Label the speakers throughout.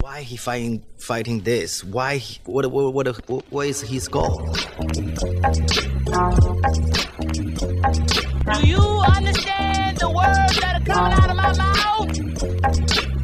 Speaker 1: why he fighting fighting this? Why he- what what what, what, what is his goal?
Speaker 2: Do you understand the words that are coming out of my mouth?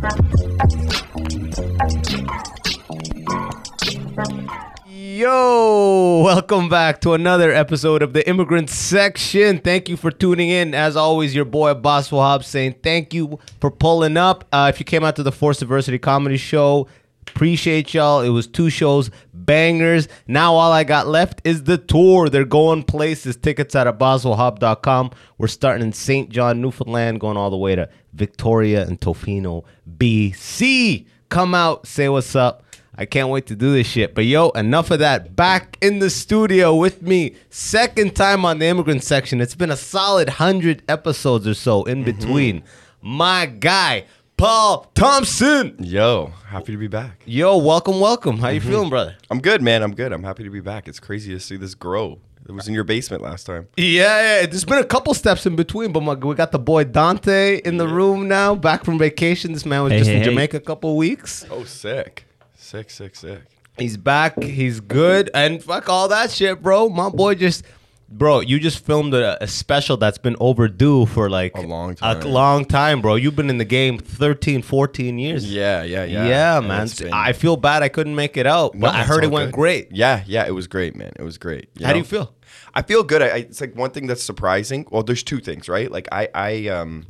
Speaker 3: Yo, welcome back to another episode of the Immigrant Section. Thank you for tuning in. As always, your boy Abbas Wahab saying thank you for pulling up. Uh, if you came out to the Force Diversity Comedy Show, appreciate y'all. It was two shows, bangers. Now all I got left is the tour. They're going places. Tickets at abbaswahab.com. We're starting in St. John, Newfoundland, going all the way to Victoria and Tofino, BC. Come out, say what's up. I can't wait to do this shit. But yo, enough of that. Back in the studio with me, second time on the immigrant section. It's been a solid hundred episodes or so in between. My guy, Paul Thompson.
Speaker 4: Yo, happy to be back.
Speaker 3: Yo, welcome, welcome. How you feeling, brother?
Speaker 4: I'm good, man. I'm good. I'm happy to be back. It's crazy to see this grow. It was in your basement last time.
Speaker 3: Yeah, yeah. There's been a couple steps in between, but my, we got the boy Dante in the room now, back from vacation. This man was
Speaker 5: Hey,
Speaker 3: just
Speaker 5: hey,
Speaker 3: in
Speaker 5: hey.
Speaker 3: Jamaica a couple weeks.
Speaker 4: Oh, sick. Sick, sick, sick.
Speaker 3: He's back. He's good. And fuck all that shit, bro. My boy just, bro, you just filmed a, a special that's been overdue for like
Speaker 4: A long
Speaker 3: A
Speaker 4: time.
Speaker 3: long time, bro. You've been in the game 13, 14 years.
Speaker 4: Yeah, yeah, yeah.
Speaker 3: Yeah,
Speaker 4: And
Speaker 3: man.
Speaker 4: it's been-
Speaker 3: I feel bad I couldn't make it out,
Speaker 4: No,
Speaker 3: but I
Speaker 4: it's
Speaker 3: heard it
Speaker 4: all
Speaker 3: went
Speaker 4: good.
Speaker 3: great.
Speaker 4: Yeah, yeah, it was great, man. It was great.
Speaker 3: How do you
Speaker 4: know?
Speaker 3: feel?
Speaker 4: I feel good. I, I, it's like one thing that's surprising. Well, there's two things, right? Like I, I, um,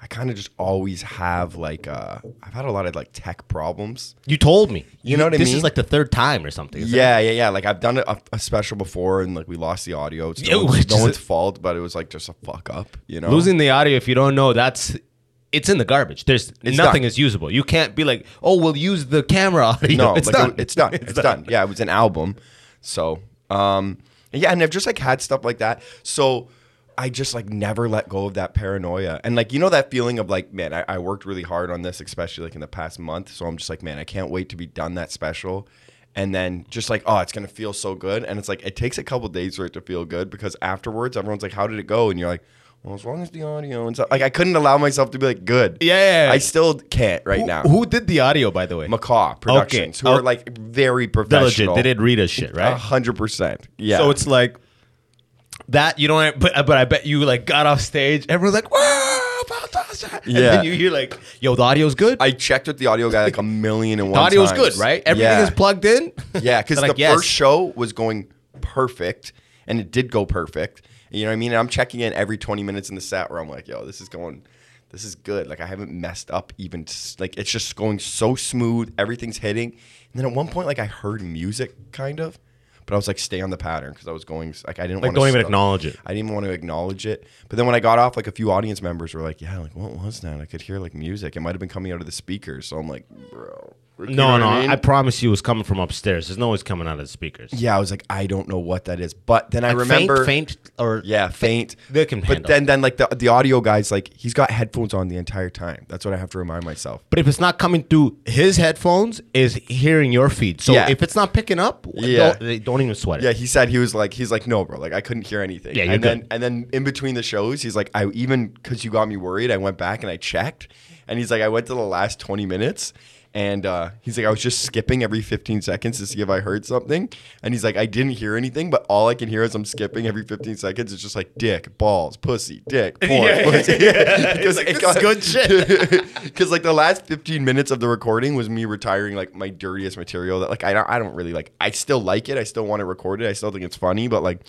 Speaker 4: I kind of just always have like, uh, I've had a lot of like tech problems.
Speaker 3: You told me.
Speaker 4: You know what I
Speaker 3: this
Speaker 4: mean?
Speaker 3: is like the third time or something. isn't
Speaker 4: Yeah, yeah, yeah. Like I've done a, a special before, and like we lost the audio. It's
Speaker 3: Yeah,
Speaker 4: no, one's,
Speaker 3: which
Speaker 4: no
Speaker 3: is-
Speaker 4: one's fault, but it was like just a fuck up, you know.
Speaker 3: it? Losing the audio, if you don't know, that's. It's in the garbage. There's nothing is usable. You can't be like, oh, we'll use the camera audio.
Speaker 4: no,
Speaker 3: it's
Speaker 4: like,
Speaker 3: done.
Speaker 4: it- it's done. It's, done. Yeah, it was an album. So, um, yeah, and I've just like had stuff like that. So I just like never let go of that paranoia. And like, you know, that feeling of like, man, I, I worked really hard on this, especially like in the past month. So I'm just like, man, I can't wait to be done that special. And then just like, oh, it's gonna feel so good. And it's like it takes a couple days for it to feel good because afterwards everyone's like, How did it go? And you're like, Well, as long as the audio and stuff like I couldn't allow myself to be like good.
Speaker 3: Yeah, yeah, yeah.
Speaker 4: I still can't right
Speaker 3: Who-
Speaker 4: now.
Speaker 3: Who did the audio, by the way?
Speaker 4: Macaw Productions, who
Speaker 3: Oh.
Speaker 4: are like very
Speaker 3: They're
Speaker 4: professional.
Speaker 3: legit. They did read us shit,
Speaker 4: a
Speaker 3: right?
Speaker 4: hundred percent. Yeah.
Speaker 3: So it's like that. You don't. But but I bet you like got off stage. Everyone's like, wow, fantastic. And
Speaker 4: Yeah.
Speaker 3: then you hear like, yo, the audio's good.
Speaker 4: I checked with the audio guy like a million and
Speaker 3: the
Speaker 4: one.
Speaker 3: audio's good,
Speaker 4: times.
Speaker 3: right? Everything
Speaker 4: yeah.
Speaker 3: is plugged in.
Speaker 4: Yeah, because
Speaker 3: They're
Speaker 4: the
Speaker 3: like, yes.
Speaker 4: first show was going perfect, and it did go perfect. You know what I mean? And I'm checking in every 20 minutes in the set where I'm like, yo, this is going, this is good. Like I haven't messed up even. s- Like it's just going so smooth. Everything's hitting. And then at one point, like I heard music kind of. But I was like, stay on the pattern because I was going. Like I didn't
Speaker 3: Like,
Speaker 4: wanna
Speaker 3: don't even
Speaker 4: stop.
Speaker 3: acknowledge it.
Speaker 4: I didn't even want to acknowledge it. But then when I got off, like a few audience members were like, "Yeah, like what was that?" I could hear like music. It might have been coming out of the speakers. So I'm like, "Bro, you know
Speaker 3: No,
Speaker 4: what
Speaker 3: no. I,
Speaker 4: mean?
Speaker 3: promise you, it's coming from upstairs. There's no one's coming out of the speakers.
Speaker 4: yeah, I was like, I don't know what that is. But then I
Speaker 3: Like,
Speaker 4: remember,
Speaker 3: faint, faint or
Speaker 4: yeah, faint.
Speaker 3: They can
Speaker 4: but
Speaker 3: handle
Speaker 4: then then like the the audio guys like he's got headphones on the entire time. That's what I have to remind myself.
Speaker 3: But if it's not coming through his headphones, is hearing your feed. So
Speaker 4: Yeah.
Speaker 3: if it's not picking up,
Speaker 4: Yeah.
Speaker 3: don't, don't even sweat it.
Speaker 4: Yeah, he said he was like he's like no, bro, like I couldn't hear anything.
Speaker 3: Yeah, you're
Speaker 4: and then
Speaker 3: good.
Speaker 4: and then in between the shows, he's like I even cuz you got me worried, I went back and I checked and he's like I went to the last 20 minutes and uh, he's like I was just skipping every 15 seconds to see if I heard something and he's like I didn't hear anything, but all I can hear as I'm skipping every 15 seconds is just like dick, balls, pussy, dick, porn, pussy. Because
Speaker 3: like, "This is good
Speaker 4: shit. Cuz like the last 15 minutes of the recording was me retiring like my dirtiest material that like I don't I don't really like I still like it. I still want to record it. I still think it's funny, but like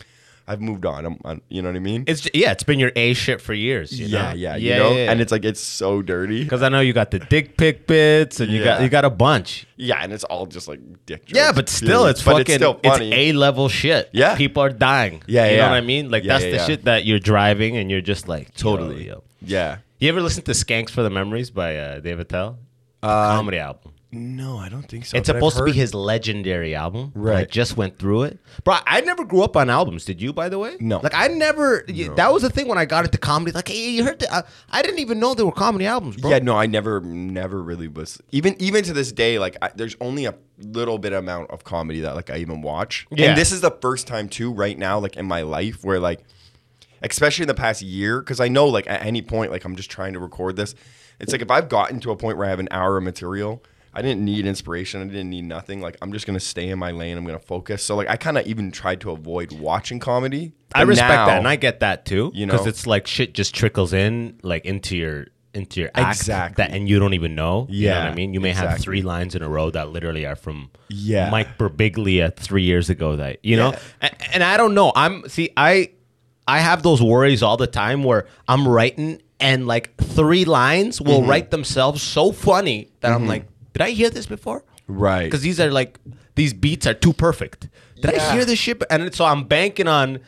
Speaker 4: I've moved on. I'm, I'm you know what I mean?
Speaker 3: It's ju- yeah, it's been your A shit for years. you
Speaker 4: yeah,
Speaker 3: know?
Speaker 4: yeah, you know? And it's like it's so dirty.
Speaker 3: because I know you got the dick pic bits and you got
Speaker 4: Yeah.
Speaker 3: you got a bunch.
Speaker 4: Yeah, and it's all just like dick jokes.
Speaker 3: Yeah, but still,
Speaker 4: Yeah,
Speaker 3: it's
Speaker 4: but
Speaker 3: fucking it's,
Speaker 4: still funny.
Speaker 3: A level shit.
Speaker 4: Yeah.
Speaker 3: people are dying.
Speaker 4: Yeah,
Speaker 3: you
Speaker 4: yeah.
Speaker 3: know what I mean. Like
Speaker 4: Yeah,
Speaker 3: that's
Speaker 4: yeah,
Speaker 3: the
Speaker 4: yeah.
Speaker 3: shit that you're driving and you're just like yo,
Speaker 4: totally.
Speaker 3: yo.
Speaker 4: Yeah.
Speaker 3: You ever listen to "Skanks for the Memories" by uh, Dave Attell? Uh, comedy album.
Speaker 4: No, I don't think so.
Speaker 3: It's
Speaker 4: but I've
Speaker 3: supposed to be
Speaker 4: heard-
Speaker 3: his legendary album. and I
Speaker 4: Right.
Speaker 3: just went through it. Bro, I never grew up on albums. Did you, by the way?
Speaker 4: No.
Speaker 3: Like, I never. y- That was the thing when I got into comedy. Like, hey, you heard that? I, I didn't even know there were comedy albums, bro.
Speaker 4: Yeah, no, I never, never really was. Even, even to this day, like I, there's only a little bit amount of comedy that like I even watch.
Speaker 3: Yeah.
Speaker 4: And this is the first time too, right now, like in my life, where like, especially in the past year, because I know like at any point, like I'm just trying to record this. It's like if I've gotten to a point where I have an hour of material I didn't need inspiration. I didn't need nothing. Like I'm just gonna stay in my lane. I'm gonna focus. So like I kind of even tried to avoid watching comedy.
Speaker 3: I
Speaker 4: But
Speaker 3: respect
Speaker 4: now-
Speaker 3: that, and I get that too.
Speaker 4: you
Speaker 3: because
Speaker 4: know?
Speaker 3: it's like shit just trickles in, like into your into your act
Speaker 4: Exactly.
Speaker 3: that, and you don't even know. you know what
Speaker 4: Yeah,
Speaker 3: I mean, you may have
Speaker 4: exactly.
Speaker 3: three lines in a row that literally are from
Speaker 4: Yeah.
Speaker 3: Mike Birbiglia three years ago. That you know,
Speaker 4: Yeah.
Speaker 3: and, and I don't know. I'm see, I I have those worries all the time where I'm writing and like three lines will
Speaker 4: Mm-hmm.
Speaker 3: write themselves so funny that I'm like, did I hear this before?
Speaker 4: right
Speaker 3: because these are like these beats are too perfect. Did I
Speaker 4: Yeah.
Speaker 3: hear this shit? And so I'm banking on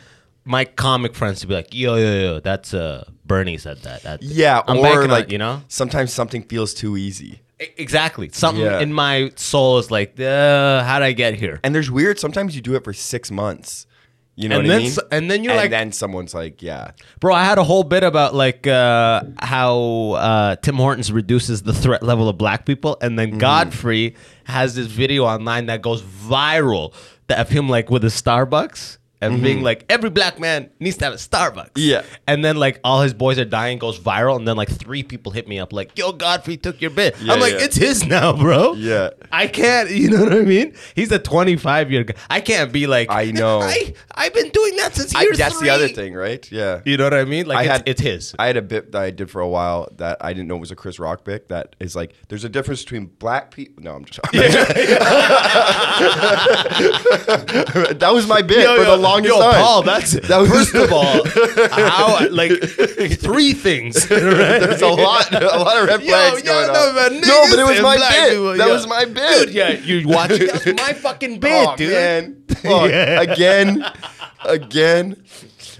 Speaker 3: my comic friends to be like, yo, yo, yo, that's uh, Bernie said that. that
Speaker 4: yeah
Speaker 3: I'm
Speaker 4: or
Speaker 3: banking
Speaker 4: like
Speaker 3: on, it, you know,
Speaker 4: sometimes something feels too easy.
Speaker 3: E- exactly. Something
Speaker 4: Yeah.
Speaker 3: in my soul is like, uh, how did I get here?
Speaker 4: And there's weird. Sometimes you do it for six months. You know
Speaker 3: And
Speaker 4: what I
Speaker 3: then
Speaker 4: mean?
Speaker 3: s- and then you're like-
Speaker 4: then someone's like, yeah,
Speaker 3: Bro, I had a whole bit about like uh, how uh, Tim Hortons reduces the threat level of black people, and
Speaker 4: Mm-hmm.
Speaker 3: then Godfrey has this video online that goes viral that of him like with a Starbucks and being like, every black man needs to have a Starbucks.
Speaker 4: Mm-hmm. Yeah.
Speaker 3: And then like all his boys are dying goes viral, and then like three people hit me up like, yo, Godfrey took your bit.
Speaker 4: Yeah,
Speaker 3: I'm like,
Speaker 4: yeah.
Speaker 3: it's his now, bro.
Speaker 4: Yeah.
Speaker 3: I can't. You know what I mean? He's a 25 year guy. I can't be like,
Speaker 4: I know.
Speaker 3: I I've been doing that since
Speaker 4: I,
Speaker 3: year
Speaker 4: that's the other
Speaker 3: three."
Speaker 4: thing, right? Yeah.
Speaker 3: You know what I mean? Like
Speaker 4: I
Speaker 3: it's,
Speaker 4: had-
Speaker 3: it's his.
Speaker 4: I had a bit that I did for a while that I didn't know was a Chris Rock bit that is like there's a difference between black people. No, I'm just that was my bit for the longest
Speaker 3: yo,
Speaker 4: time.
Speaker 3: Paul, that's
Speaker 4: That was-
Speaker 3: first of all, how like three things.
Speaker 4: There's a lot, a lot of red flags going on. no, but it was my bit. that was my bit.
Speaker 3: Dude, yeah, you watch it. That was my fucking bit,
Speaker 4: Oh,
Speaker 3: dude.
Speaker 4: man. Fuck. Again, again.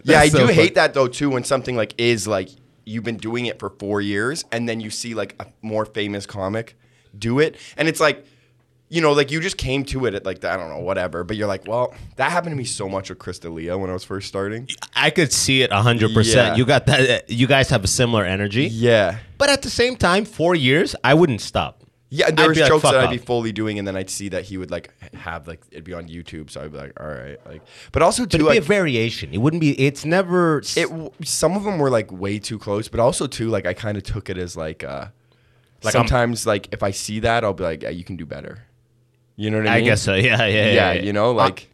Speaker 4: Yeah,
Speaker 3: That's
Speaker 4: I
Speaker 3: so
Speaker 4: do
Speaker 3: funny.
Speaker 4: hate that though too. When something like is like you've been doing it for four years, and then you see like a more famous comic do it, and it's like. You know, like you just came to it at like I don't know, whatever. But you're like, well, that happened to me so much with Chris D'Elia when I was first starting.
Speaker 3: I could see it hundred percent.
Speaker 4: Yeah.
Speaker 3: You got that. You guys have a similar energy,
Speaker 4: Yeah,
Speaker 3: but at the same time, four years, I wouldn't stop.
Speaker 4: yeah. There
Speaker 3: I'd
Speaker 4: was
Speaker 3: be like,
Speaker 4: jokes
Speaker 3: "Fuck
Speaker 4: that I'd
Speaker 3: off."
Speaker 4: be fully doing, and then I'd see that he would like have like it'd be on YouTube, so I'd be like, all right, like. But also too,
Speaker 3: It'd be
Speaker 4: like,
Speaker 3: a variation. It wouldn't be. It's never. s-
Speaker 4: it w- some of them were like way too close but also too like i kind of took it as like uh
Speaker 3: Like I'm-
Speaker 4: sometimes like if i see that i'll be like yeah you can do better you know what i
Speaker 3: I
Speaker 4: mean
Speaker 3: guess so. Yeah, yeah, yeah.
Speaker 4: yeah,
Speaker 3: yeah. Uh,
Speaker 4: you know like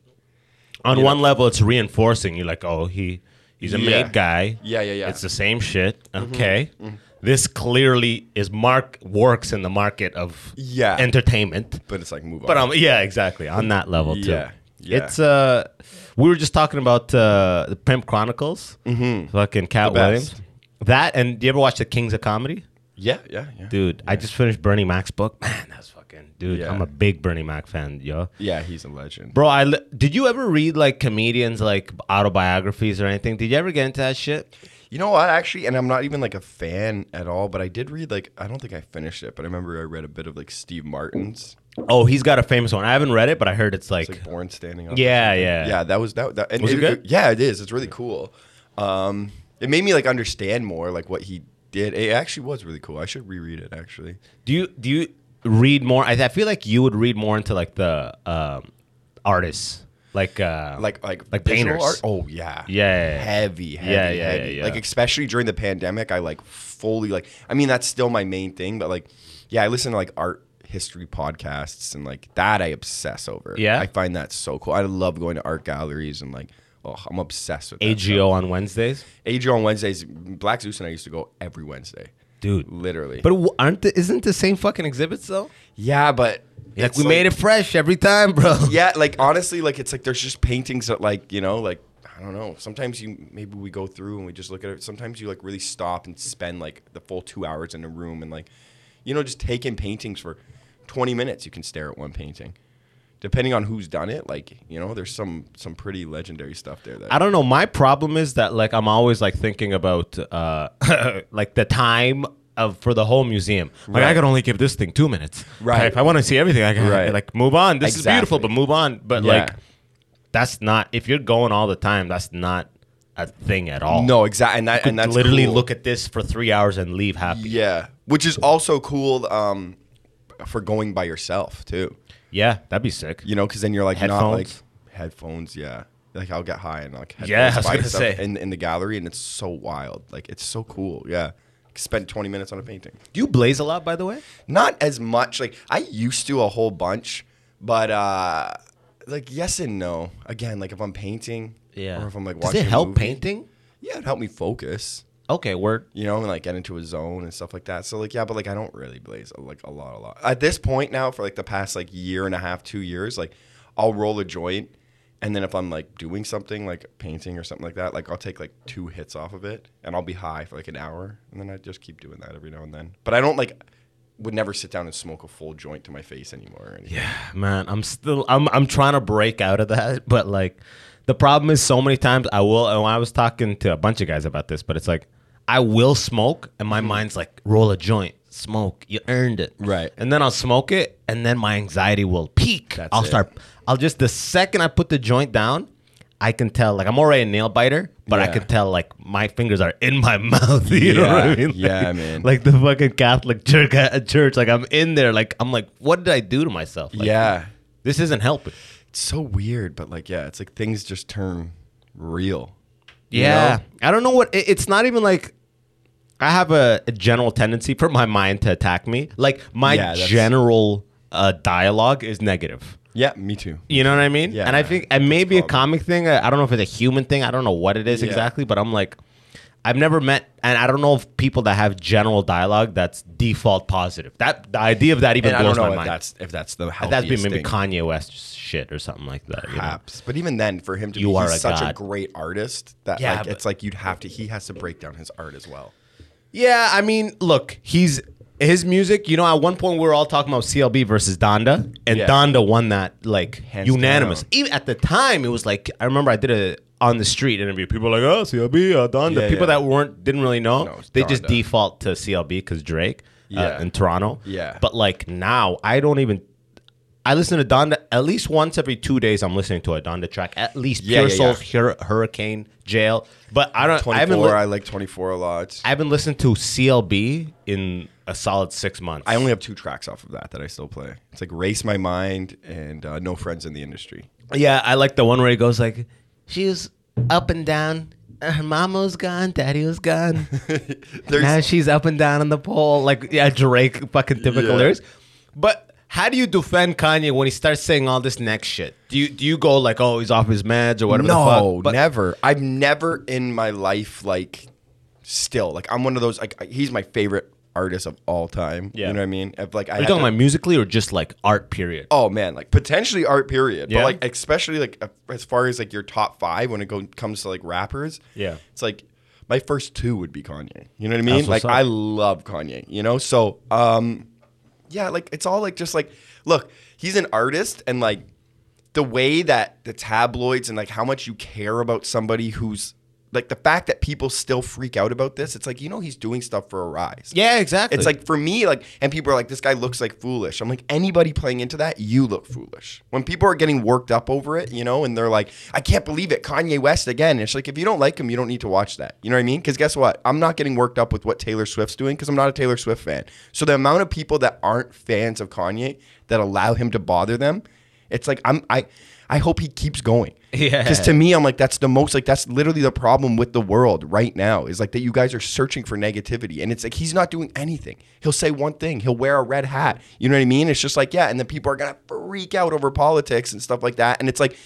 Speaker 3: on
Speaker 4: You
Speaker 3: one
Speaker 4: know?
Speaker 3: level it's reinforcing you're like oh he he's a
Speaker 4: Yeah.
Speaker 3: made guy
Speaker 4: Yeah, yeah, Mm-hmm. yeah.
Speaker 3: it's the same shit okay this clearly is mark works in the market of
Speaker 4: Yeah.
Speaker 3: entertainment
Speaker 4: but it's like move on
Speaker 3: but um yeah exactly on that level too
Speaker 4: Yeah, yeah.
Speaker 3: it's uh we were just talking about uh the pimp chronicles mm-hmm. fucking cat
Speaker 4: The
Speaker 3: williams
Speaker 4: best.
Speaker 3: that and do you ever watch the kings of comedy
Speaker 4: yeah yeah yeah
Speaker 3: dude i just finished bernie mac's book man that's fucking dude
Speaker 4: Yeah.
Speaker 3: i'm a big bernie mac fan yo
Speaker 4: yeah he's a legend
Speaker 3: Bro, I li- did you ever read like comedians like autobiographies or anything? Did you ever get into that shit?
Speaker 4: you know what actually and i'm not even like a fan at all but i did read like i don't think i finished it but i remember i read a bit of like steve martin's
Speaker 3: Oh, he's got a famous one. I haven't read it, but I heard it's like,
Speaker 4: It's like born standing up. or
Speaker 3: Yeah,
Speaker 4: something.
Speaker 3: yeah.
Speaker 4: yeah. That was that. that and
Speaker 3: Was it good?
Speaker 4: Yeah, it is. It's really cool. Um, it made me like understand more like what he did. It actually was really cool. I should reread it actually.
Speaker 3: do you do you read more? I, I feel like you would read more into like the um, artists, like uh,
Speaker 4: Like like
Speaker 3: like
Speaker 4: visual
Speaker 3: painters.
Speaker 4: art? Oh yeah.
Speaker 3: Yeah, yeah, yeah.
Speaker 4: Heavy. Heavy.
Speaker 3: Yeah, yeah,
Speaker 4: heavy.
Speaker 3: yeah, yeah.
Speaker 4: Like especially during the pandemic, I like fully like. I mean, that's still my main thing, but like, yeah, I listen to like art history podcasts and like that I obsess over.
Speaker 3: Yeah?
Speaker 4: I find that so cool. I love going to art galleries and like. Oh, I'm obsessed with that stuff.
Speaker 3: AGO on Wednesdays,
Speaker 4: AJ on Wednesdays. Black Zeus and I used to go every Wednesday,
Speaker 3: dude.
Speaker 4: literally.
Speaker 3: But w- aren't the, isn't the same fucking exhibits though?
Speaker 4: yeah, but
Speaker 3: Like
Speaker 4: it's
Speaker 3: we made it fresh every time, bro.
Speaker 4: Yeah, like honestly, like it's like there's just paintings that like you know like. I don't know. Sometimes you maybe we go through and we just look at it. Sometimes you like really stop and spend like the full two hours in a room and like, you know, just take in paintings for twenty minutes. You can stare at one painting, depending on who's done it. Like you know, there's some some pretty legendary stuff there. That
Speaker 3: I don't know. My problem is that like I'm always like thinking about uh like the time of for the whole museum. Like I
Speaker 4: Right.
Speaker 3: could only give this thing two minutes.
Speaker 4: Right.
Speaker 3: If I want to see everything, I can
Speaker 4: Right.
Speaker 3: like move on. This is beautiful, but
Speaker 4: Exactly.
Speaker 3: move on. But
Speaker 4: Yeah.
Speaker 3: like that's not if you're going all the time, that's not a thing at all.
Speaker 4: no exactly, and, that, and that's
Speaker 3: literally
Speaker 4: cool.
Speaker 3: look at this for three hours and leave happy.
Speaker 4: Yeah, which is also cool um, for going by yourself too.
Speaker 3: Yeah, that'd be sick.
Speaker 4: You know, because then you're like not like
Speaker 3: Headphones?
Speaker 4: headphones. Yeah, like I'll get high and like
Speaker 3: Yeah, I was
Speaker 4: buy
Speaker 3: gonna
Speaker 4: stuff
Speaker 3: say.
Speaker 4: in in the gallery, and it's so wild. Like it's so cool. Yeah, spend 20 minutes on a painting.
Speaker 3: Do you blaze a lot, by the way?
Speaker 4: Not as much. Like I used to a whole bunch, but uh like yes and no. Again, like if I'm painting,
Speaker 3: Yeah.
Speaker 4: or if I'm like
Speaker 3: Does
Speaker 4: watching
Speaker 3: it
Speaker 4: a
Speaker 3: help
Speaker 4: movie,
Speaker 3: painting?
Speaker 4: Yeah, it helped me focus.
Speaker 3: Okay, word.
Speaker 4: you know, and like get into a zone and stuff like that. So like, yeah, but like I don't really blaze like a lot, a lot. At this point now, for like the past like year and a half, two years, like I'll roll a joint, and then if I'm like doing something like painting or something like that, like I'll take like two hits off of it, and I'll be high for like an hour, and then I just keep doing that every now and then. But I don't like would never sit down and smoke a full joint to my face anymore. Or anything. Yeah,
Speaker 3: Man, I'm still I'm I'm trying to break out of that, but like the problem is so many times I will and I was talking to a bunch of guys about this, but it's like I will smoke and
Speaker 4: Mm-hmm.
Speaker 3: my mind's like roll a joint, smoke, you earned it.
Speaker 4: Right.
Speaker 3: And then I'll smoke it and then my anxiety will peak. I'll
Speaker 4: it.
Speaker 3: start I'll just the second I put the joint down, I can tell like I'm already a nail biter, but I
Speaker 4: Yeah.
Speaker 3: can tell like my fingers are in my mouth. You know what I
Speaker 4: Yeah.
Speaker 3: mean?
Speaker 4: Yeah,
Speaker 3: Like-
Speaker 4: man.
Speaker 3: Like the fucking Catholic church, uh, church. Like I'm in there. Like I'm like, what did I do to myself? Like, this isn't helping.
Speaker 4: it's so weird, but like, yeah, it's like things just turn real. you know?
Speaker 3: I don't know what. It, it's not even like I have a, a general tendency for my mind to attack me. Like my
Speaker 4: Yeah, that's-
Speaker 3: general uh, dialogue is negative.
Speaker 4: Yeah, me too.
Speaker 3: You know what I mean?
Speaker 4: Yeah,
Speaker 3: and I
Speaker 4: yeah,
Speaker 3: think, and maybe a
Speaker 4: problem.
Speaker 3: comic thing. uh, I I don't know if it's a human thing. I don't know what it is
Speaker 4: Yeah.
Speaker 3: exactly, but I'm like, I've never met, and I don't know if people that have general dialogue that's default positive. That the idea of that even
Speaker 4: And I
Speaker 3: blows
Speaker 4: don't
Speaker 3: my
Speaker 4: know if
Speaker 3: mind.
Speaker 4: that's if that's the healthiest
Speaker 3: That'd be maybe
Speaker 4: thing.
Speaker 3: Kanye West shit or something like that. you know?
Speaker 4: perhaps. But even then, for him to
Speaker 3: You
Speaker 4: be
Speaker 3: are
Speaker 4: he's
Speaker 3: a
Speaker 4: such
Speaker 3: god.
Speaker 4: a great artist that
Speaker 3: Yeah,
Speaker 4: like
Speaker 3: but-
Speaker 4: it's like you'd have to he has to break down his art as well.
Speaker 3: Yeah, I mean, look, he's his music. You know, at one point we were all talking about CLB versus Donda, and
Speaker 4: Yeah.
Speaker 3: Donda won that like
Speaker 4: Hands
Speaker 3: unanimous.
Speaker 4: down.
Speaker 3: Even at the time, it was like I remember I did a on the street interview. People were like, oh, CLB, uh, Donda.
Speaker 4: Yeah,
Speaker 3: People
Speaker 4: yeah.
Speaker 3: that weren't didn't really know.
Speaker 4: No, it's
Speaker 3: they just
Speaker 4: Donda.
Speaker 3: default to CLB because Drake uh,
Speaker 4: Yeah.
Speaker 3: in Toronto.
Speaker 4: Yeah.
Speaker 3: but like now, I don't even. I listen to Donda at least once every two days. I'm listening to a Donda track, at least
Speaker 4: Yeah,
Speaker 3: Pure
Speaker 4: yeah,
Speaker 3: Soul,
Speaker 4: yeah.
Speaker 3: Hur- Hurricane, Jail. But I don't. I
Speaker 4: Twenty
Speaker 3: haven't.
Speaker 4: four,
Speaker 3: li-
Speaker 4: I, like twenty four a lot.
Speaker 3: I haven't listened to CLB in a solid six months.
Speaker 4: I only have two tracks off of that that I still play. It's like Race My Mind and uh, No Friends in the Industry.
Speaker 3: yeah, I like the one where he goes like, "She was up and down. Her mama was gone, daddy was gone.
Speaker 4: There's
Speaker 3: now she's up and down on the pole." Like yeah, Drake fucking typical
Speaker 4: Yeah.
Speaker 3: lyrics. But how do you defend Kanye when he starts saying all this next shit? Do you do you go like, "Oh, he's off his meds" or whatever? the
Speaker 4: no,
Speaker 3: fuck? But-
Speaker 4: never. I've never in my life like still like I'm one of those like I- he's my favorite artist of all time.
Speaker 3: Yeah.
Speaker 4: You know what I mean? If, like I
Speaker 3: Are you
Speaker 4: had
Speaker 3: talking
Speaker 4: to-
Speaker 3: about musically or just like art? Period.
Speaker 4: oh man, like potentially art period,
Speaker 3: Yeah.
Speaker 4: but like especially like as far as like your top five when it go, comes to like rappers.
Speaker 3: Yeah.
Speaker 4: it's like my first two would be Kanye. You know what I mean?
Speaker 3: That's what's
Speaker 4: Like
Speaker 3: up.
Speaker 4: I love Kanye. You know, so um, yeah, like it's all like just like look, he's an artist and like the way that the tabloids and like how much you care about somebody who's like the fact that people still freak out about this, it's like you know he's doing stuff for a rise.
Speaker 3: Yeah, exactly.
Speaker 4: It's like for me, like, and people are like, this guy looks like foolish. I'm like, anybody playing into that, you look foolish. When people are getting worked up over it, you know, and they're like, I can't believe it, Kanye West again. It's like, if you don't like him, you don't need to watch that. You know what I mean? Because guess what? I'm not getting worked up with what Taylor Swift's doing because I'm not a Taylor Swift fan. So the amount of people that aren't fans of Kanye that allow him to bother them, it's like, I'm, I, I hope he keeps going.
Speaker 3: Yeah.
Speaker 4: Because to me, I'm like, that's the most, like, that's literally the problem with the world right now is like that you guys are searching for negativity. And it's like, he's not doing anything. He'll say one thing, he'll wear a red hat. You know what I mean? It's just like, yeah. And then people are going to freak out over politics and stuff like that. And it's like,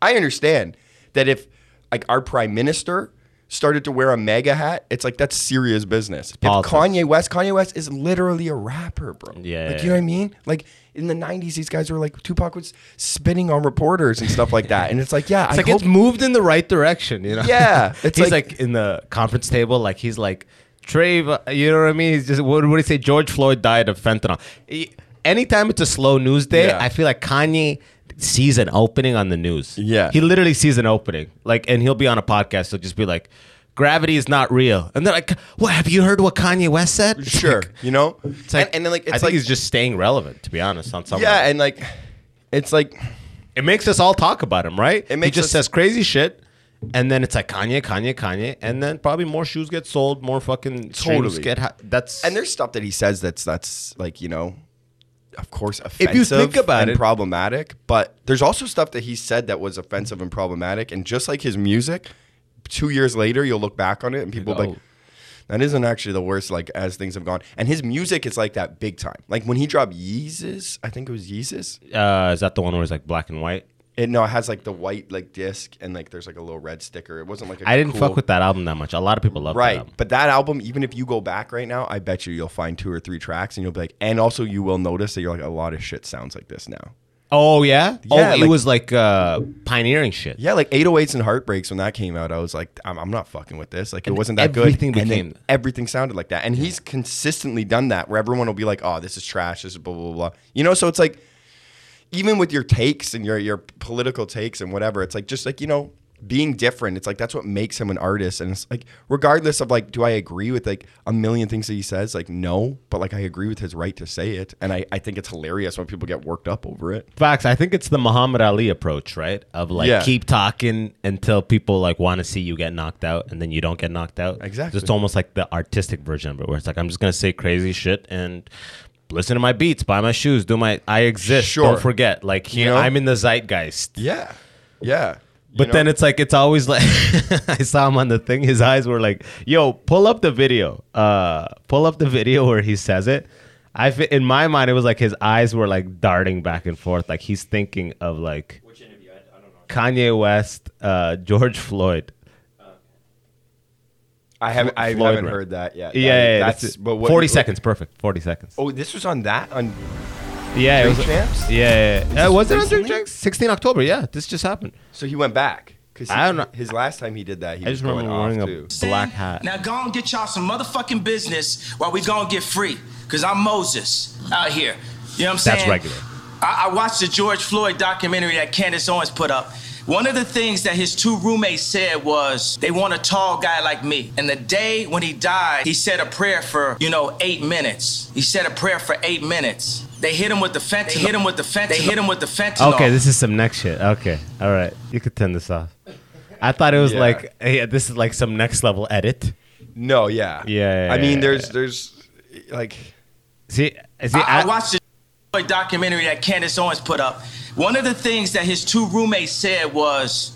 Speaker 4: I understand that if like our prime minister started to wear a mega hat, it's like, that's serious business. If
Speaker 3: politics.
Speaker 4: Kanye West, Kanye West is literally a rapper, bro.
Speaker 3: Yeah,
Speaker 4: Like,
Speaker 3: yeah,
Speaker 4: you know what I mean? Like, in the 90s, these guys were like, Tupac was spitting on reporters and stuff like that. And it's like, yeah,
Speaker 3: It's
Speaker 4: I
Speaker 3: like it's
Speaker 4: hope
Speaker 3: moved in the right direction, you know.
Speaker 4: Yeah,
Speaker 3: it's
Speaker 4: it's
Speaker 3: he's like,
Speaker 4: like-
Speaker 3: in the conference table, like he's like Trayv. You know what I mean? He's just what, what do you say? George Floyd died of fentanyl. He- anytime it's a slow news day,
Speaker 4: Yeah.
Speaker 3: I feel like Kanye sees an opening on the news.
Speaker 4: Yeah.
Speaker 3: he literally sees an opening, like, and he'll be on a podcast. He'll just be like. Gravity is not real, and they're like, "What have you heard? What Kanye West said?" It's
Speaker 4: sure,
Speaker 3: like-
Speaker 4: you know,
Speaker 3: it's like,
Speaker 4: and, and then like
Speaker 3: I
Speaker 4: it's
Speaker 3: think
Speaker 4: like
Speaker 3: he's just staying relevant, to be honest. On some level.
Speaker 4: yeah, and like it's like
Speaker 3: It makes us all talk about him, right? It
Speaker 4: makes
Speaker 3: he just
Speaker 4: us-
Speaker 3: says crazy shit, and then it's like Kanye, Kanye, Kanye, and then probably more shoes get sold, more fucking totally
Speaker 4: Totally.
Speaker 3: get. Ha- that's
Speaker 4: and there's stuff that he says that's that's like you know, of course offensive
Speaker 3: If you think about
Speaker 4: and
Speaker 3: it-
Speaker 4: problematic, but there's also stuff that he said that was offensive and problematic, and just like his music, two years later you'll look back on it and people will be
Speaker 3: Oh.
Speaker 4: like. that isn't actually the worst. Like as things have gone, and his music is like that big time. Like when he dropped Yeezus, I think it was Yeezus.
Speaker 3: Uh, is that the one where it's like black and white?
Speaker 4: It no, it has like the white like disc and like there's like a little red sticker. It wasn't like I
Speaker 3: I didn't fuck with that album that much. A lot of people love that
Speaker 4: Right,
Speaker 3: album.
Speaker 4: but that album, even if you go back right now, I bet you you'll find two or three tracks, and you'll be like, and also you will notice that you're like a lot of shit sounds like this now.
Speaker 3: Oh yeah, oh
Speaker 4: Yeah,
Speaker 3: it
Speaker 4: like-
Speaker 3: was like uh, pioneering shit.
Speaker 4: Yeah, like 808s and Heartbreaks when that came out, I was like, I'm, I'm not fucking with this. Like, it wasn't that
Speaker 3: everything
Speaker 4: good. And then
Speaker 3: became-
Speaker 4: everything sounded like that. And he's consistently done that where everyone will be like, oh, this is trash. This is blah, blah, blah. You know, so it's like, even with your takes and your, your political takes and whatever, it's like, just like, you know, being different. It's like, that's what makes him an artist. And it's like, regardless of like, do I agree with like a million things that he says? Like, no, but like, I agree with his right to say it. And I, I think it's hilarious when people get worked up over it.
Speaker 3: Facts. I think it's the Muhammad Ali approach, right? Of like
Speaker 4: Yeah.
Speaker 3: keep talking until people like want to see you get knocked out, and then you don't get knocked out.
Speaker 4: Exactly.
Speaker 3: It's almost like the artistic version of it, where it's like I'm just gonna say crazy shit and listen to my beats, buy my shoes, do my I exist.
Speaker 4: Sure.
Speaker 3: Don't forget, like here
Speaker 4: know?
Speaker 3: I'm in the zeitgeist.
Speaker 4: Yeah. Yeah. You
Speaker 3: But
Speaker 4: know?
Speaker 3: then it's like it's always like I saw him on the thing. His eyes were like, "Yo, pull up the video. Uh, pull up the video where he says it." I fi- in my mind it was like his eyes were like darting back and forth, like he's thinking of like which interview? I, don't know. Kanye West, uh, George Floyd.
Speaker 4: I haven't. I
Speaker 3: Floyd
Speaker 4: haven't
Speaker 3: rap.
Speaker 4: heard that yet.
Speaker 3: Yeah,
Speaker 4: That-
Speaker 3: yeah, yeah,
Speaker 4: that's,
Speaker 3: that's it.
Speaker 4: but what-
Speaker 3: forty
Speaker 4: what-
Speaker 3: seconds, perfect. Forty seconds.
Speaker 4: Oh, this was on that on.
Speaker 3: yeah, it
Speaker 4: Drake
Speaker 3: was,
Speaker 4: Champs?
Speaker 3: Yeah, yeah. yeah. Uh, was it on Drake
Speaker 4: recently?
Speaker 3: Champs? Sixteen October. Yeah, this just happened.
Speaker 4: So he went back because
Speaker 3: I don't know.
Speaker 4: His last time he did that, he
Speaker 3: I
Speaker 4: was
Speaker 3: just
Speaker 4: going
Speaker 3: remember
Speaker 4: off
Speaker 3: wearing a
Speaker 4: too.
Speaker 3: black hat.
Speaker 5: Now go and get y'all some motherfucking business while we go and get free. Cause I'm Moses out here. You know what I'm saying?
Speaker 3: That's regular.
Speaker 5: I, I watched the George Floyd documentary that Candace Owens put up. One of the things that his two roommates said was they want a tall guy like me. And the day when he died, he said a prayer for, you know, eight minutes. He said a prayer for eight minutes. They hit him with the fentanyl. They hit him with the fentanyl. They hit him with the fentanyl.
Speaker 3: Okay, this is some next shit. Okay, all right, you could turn this off. I thought it was
Speaker 4: Yeah.
Speaker 3: like, hey, this is like some next level edit.
Speaker 4: No, yeah,
Speaker 3: Yeah, yeah,
Speaker 4: I mean,
Speaker 3: yeah,
Speaker 4: there's, there's, like,
Speaker 3: See, eh, see,
Speaker 5: I,
Speaker 4: Ah,
Speaker 3: I,
Speaker 5: I watched the documentary that Candace Owens put up. One of the things that his two roommates said was,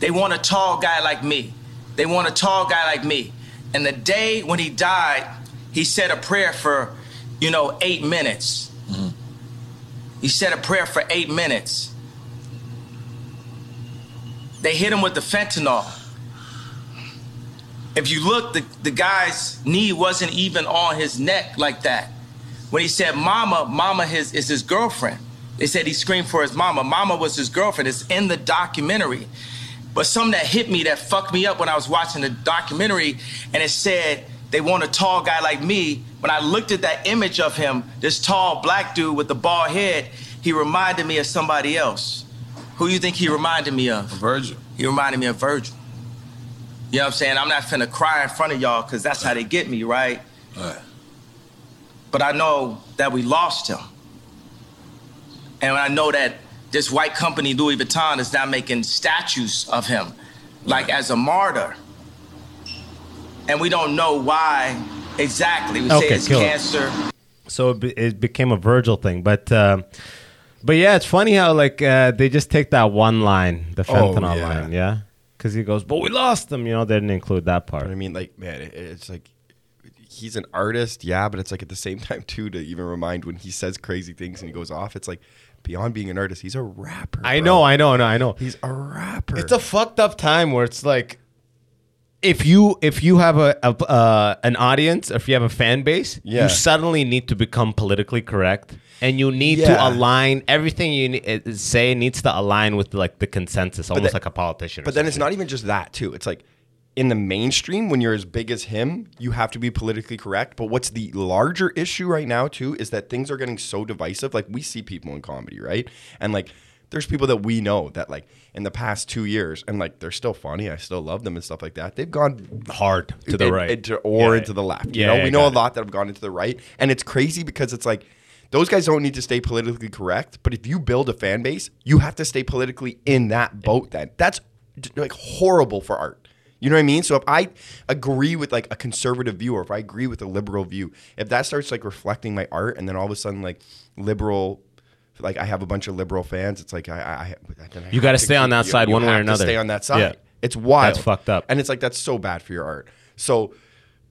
Speaker 5: they want a tall guy like me. They want a tall guy like me. And the day when he died, he said a prayer for, you know, eight minutes. He said a prayer for eight minutes. They hit him with the fentanyl. If you look, the, the guy's knee wasn't even on his neck like that when he said mama mama his is his girlfriend they said he screamed for his mama mama was his girlfriend it's in the documentary but something that hit me that fucked me up when i was watching the documentary and it said they want a tall guy like me when i looked at that image of him this tall black dude with the bald head he reminded me of somebody else who you think he reminded me of virgil he reminded me of virgil you know what i'm saying i'm not finna cry in front of y'all because that's how they get me right but I know that we lost him. And I know that this white company, Louis Vuitton, is now making statues of him, like as a martyr. And we don't know why exactly. We
Speaker 3: Okay,
Speaker 5: say it's
Speaker 3: kill it.
Speaker 5: cancer.
Speaker 3: so it, be, it became a Virgil thing, but. Um, but yeah, it's funny how like uh, they just take that one line, the
Speaker 4: Oh,
Speaker 3: fentanyl
Speaker 4: yeah.
Speaker 3: line, yeah, because he goes, "But we lost them," you know. They didn't include that
Speaker 4: I
Speaker 3: part.
Speaker 4: mean, like, man, it, it's like, he's an artist, yeah, but it's like at the same time too to even remind when he says crazy things and he goes off, it's like beyond being an artist, he's a rapper.
Speaker 3: I
Speaker 4: bro.
Speaker 3: know, I know, I know, I know.
Speaker 4: he's a rapper.
Speaker 3: It's a fucked up time where it's like, if you if you have a, a uh, an audience, if you have a fan base,
Speaker 4: Yeah.
Speaker 3: you suddenly need to become politically correct, and you need to
Speaker 4: Yeah.
Speaker 3: align everything you ne- uh, say needs to align with like the consensus, almost
Speaker 4: that-
Speaker 3: like a politician. or
Speaker 4: But then it's
Speaker 3: something.
Speaker 4: not even just that too. It's like in the mainstream, when you're as big as him, you have to be politically correct. But what's the larger issue right now too is that things are getting so divisive. Like we see people in comedy, right? And like there's people that we know that like in the past two years, and like they're still funny. I still love them and stuff like that. They've gone
Speaker 3: hard to the
Speaker 4: in-
Speaker 3: right
Speaker 4: into, or
Speaker 3: Yeah,
Speaker 4: into the left. You
Speaker 3: Yeah,
Speaker 4: know,
Speaker 3: yeah,
Speaker 4: we know
Speaker 3: got
Speaker 4: a
Speaker 3: it.
Speaker 4: lot that have gone into the right, and it's crazy because it's like those guys don't need to stay politically correct, but if you build a fan base, you have to stay politically in that boat. Then that's d- like horrible for art. You know what I mean? So if I agree with like a conservative view, or if I agree with a liberal view, if that starts like reflecting my art, and then all of a sudden like liberal. Like I have a bunch of liberal fans. It's like I, I, I then I
Speaker 3: You gotta
Speaker 4: have
Speaker 3: stay on
Speaker 4: keep-
Speaker 3: that side one way or
Speaker 4: have to
Speaker 3: another.
Speaker 4: Stay on that side.
Speaker 3: Yeah.
Speaker 4: It's wild.
Speaker 3: That's fucked up.
Speaker 4: And it's like that's so bad for your art. So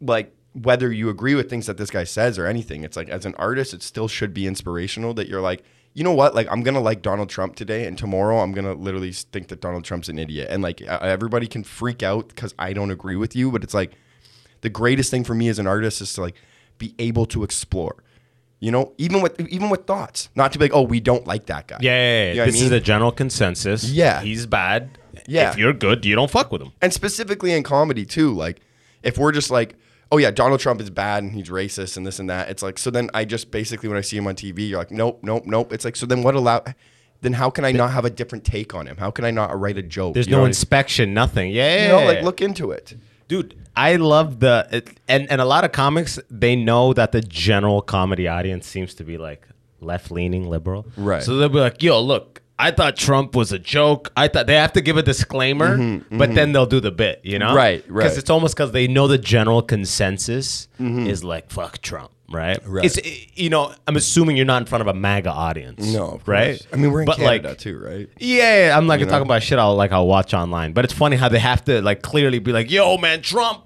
Speaker 4: like whether you agree with things that this guy says or anything, it's like as an artist, it still should be inspirational that you're like, you know what? Like, I'm gonna like Donald Trump today, and tomorrow I'm gonna literally think that Donald Trump's an idiot, and like uh, everybody can freak out because I don't agree with you, but it's like the greatest thing for me as an artist is to like be able to explore. You know, even with even with thoughts, not to be like, oh, we don't like that guy.
Speaker 6: Yeah, yeah, yeah.
Speaker 4: You know what I
Speaker 6: this is
Speaker 4: mean?
Speaker 6: the general consensus.
Speaker 4: Yeah.
Speaker 6: he's bad.
Speaker 4: Yeah.
Speaker 6: if you're good, you don't fuck with him.
Speaker 4: and specifically in comedy too like if we're just like oh yeah donald trump is bad and he's racist and this and that it's like so then i just basically when i see him on tv you're like nope nope nope it's like so then what allow then how can i not have a different take on him how can i not write a joke
Speaker 3: There's
Speaker 4: You know
Speaker 3: no
Speaker 4: what I-
Speaker 3: inspection, nothing. Yeah,
Speaker 4: you know like look into it
Speaker 3: dude i love the it, and and a lot of comics they know that the general comedy audience seems to be like left-leaning liberal
Speaker 4: Right.
Speaker 3: so they'll be like yo look i thought trump was a joke i thought they have to give a disclaimer but then they'll do the bit you know
Speaker 4: Mm-hmm, Right, right. Mm-hmm.
Speaker 3: because it's almost because they know the general consensus is like fuck trump right
Speaker 4: Right.
Speaker 3: it's you know i'm assuming you're not in front of a maga audience right
Speaker 4: i mean we're in
Speaker 3: but
Speaker 4: canada
Speaker 3: like,
Speaker 4: too right
Speaker 3: yeah, yeah, I'm like talking about shit I'll like I'll watch online. But it's funny how they have to like clearly be like, "Yo, man, Trump,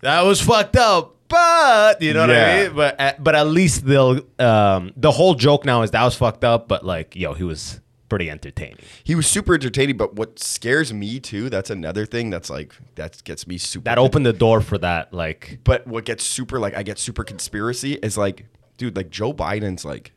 Speaker 3: that was fucked up." But you know what
Speaker 4: Yeah.
Speaker 3: I mean. But at, but at least they'll um, the whole joke now is that was fucked up. But like, yo, he was pretty entertaining.
Speaker 4: he was super entertaining but what scares me too that's another thing that's like that gets me super
Speaker 3: That opened the door for that. Like,
Speaker 4: but what gets super like I get super conspiracy is like, dude, like Joe Biden's like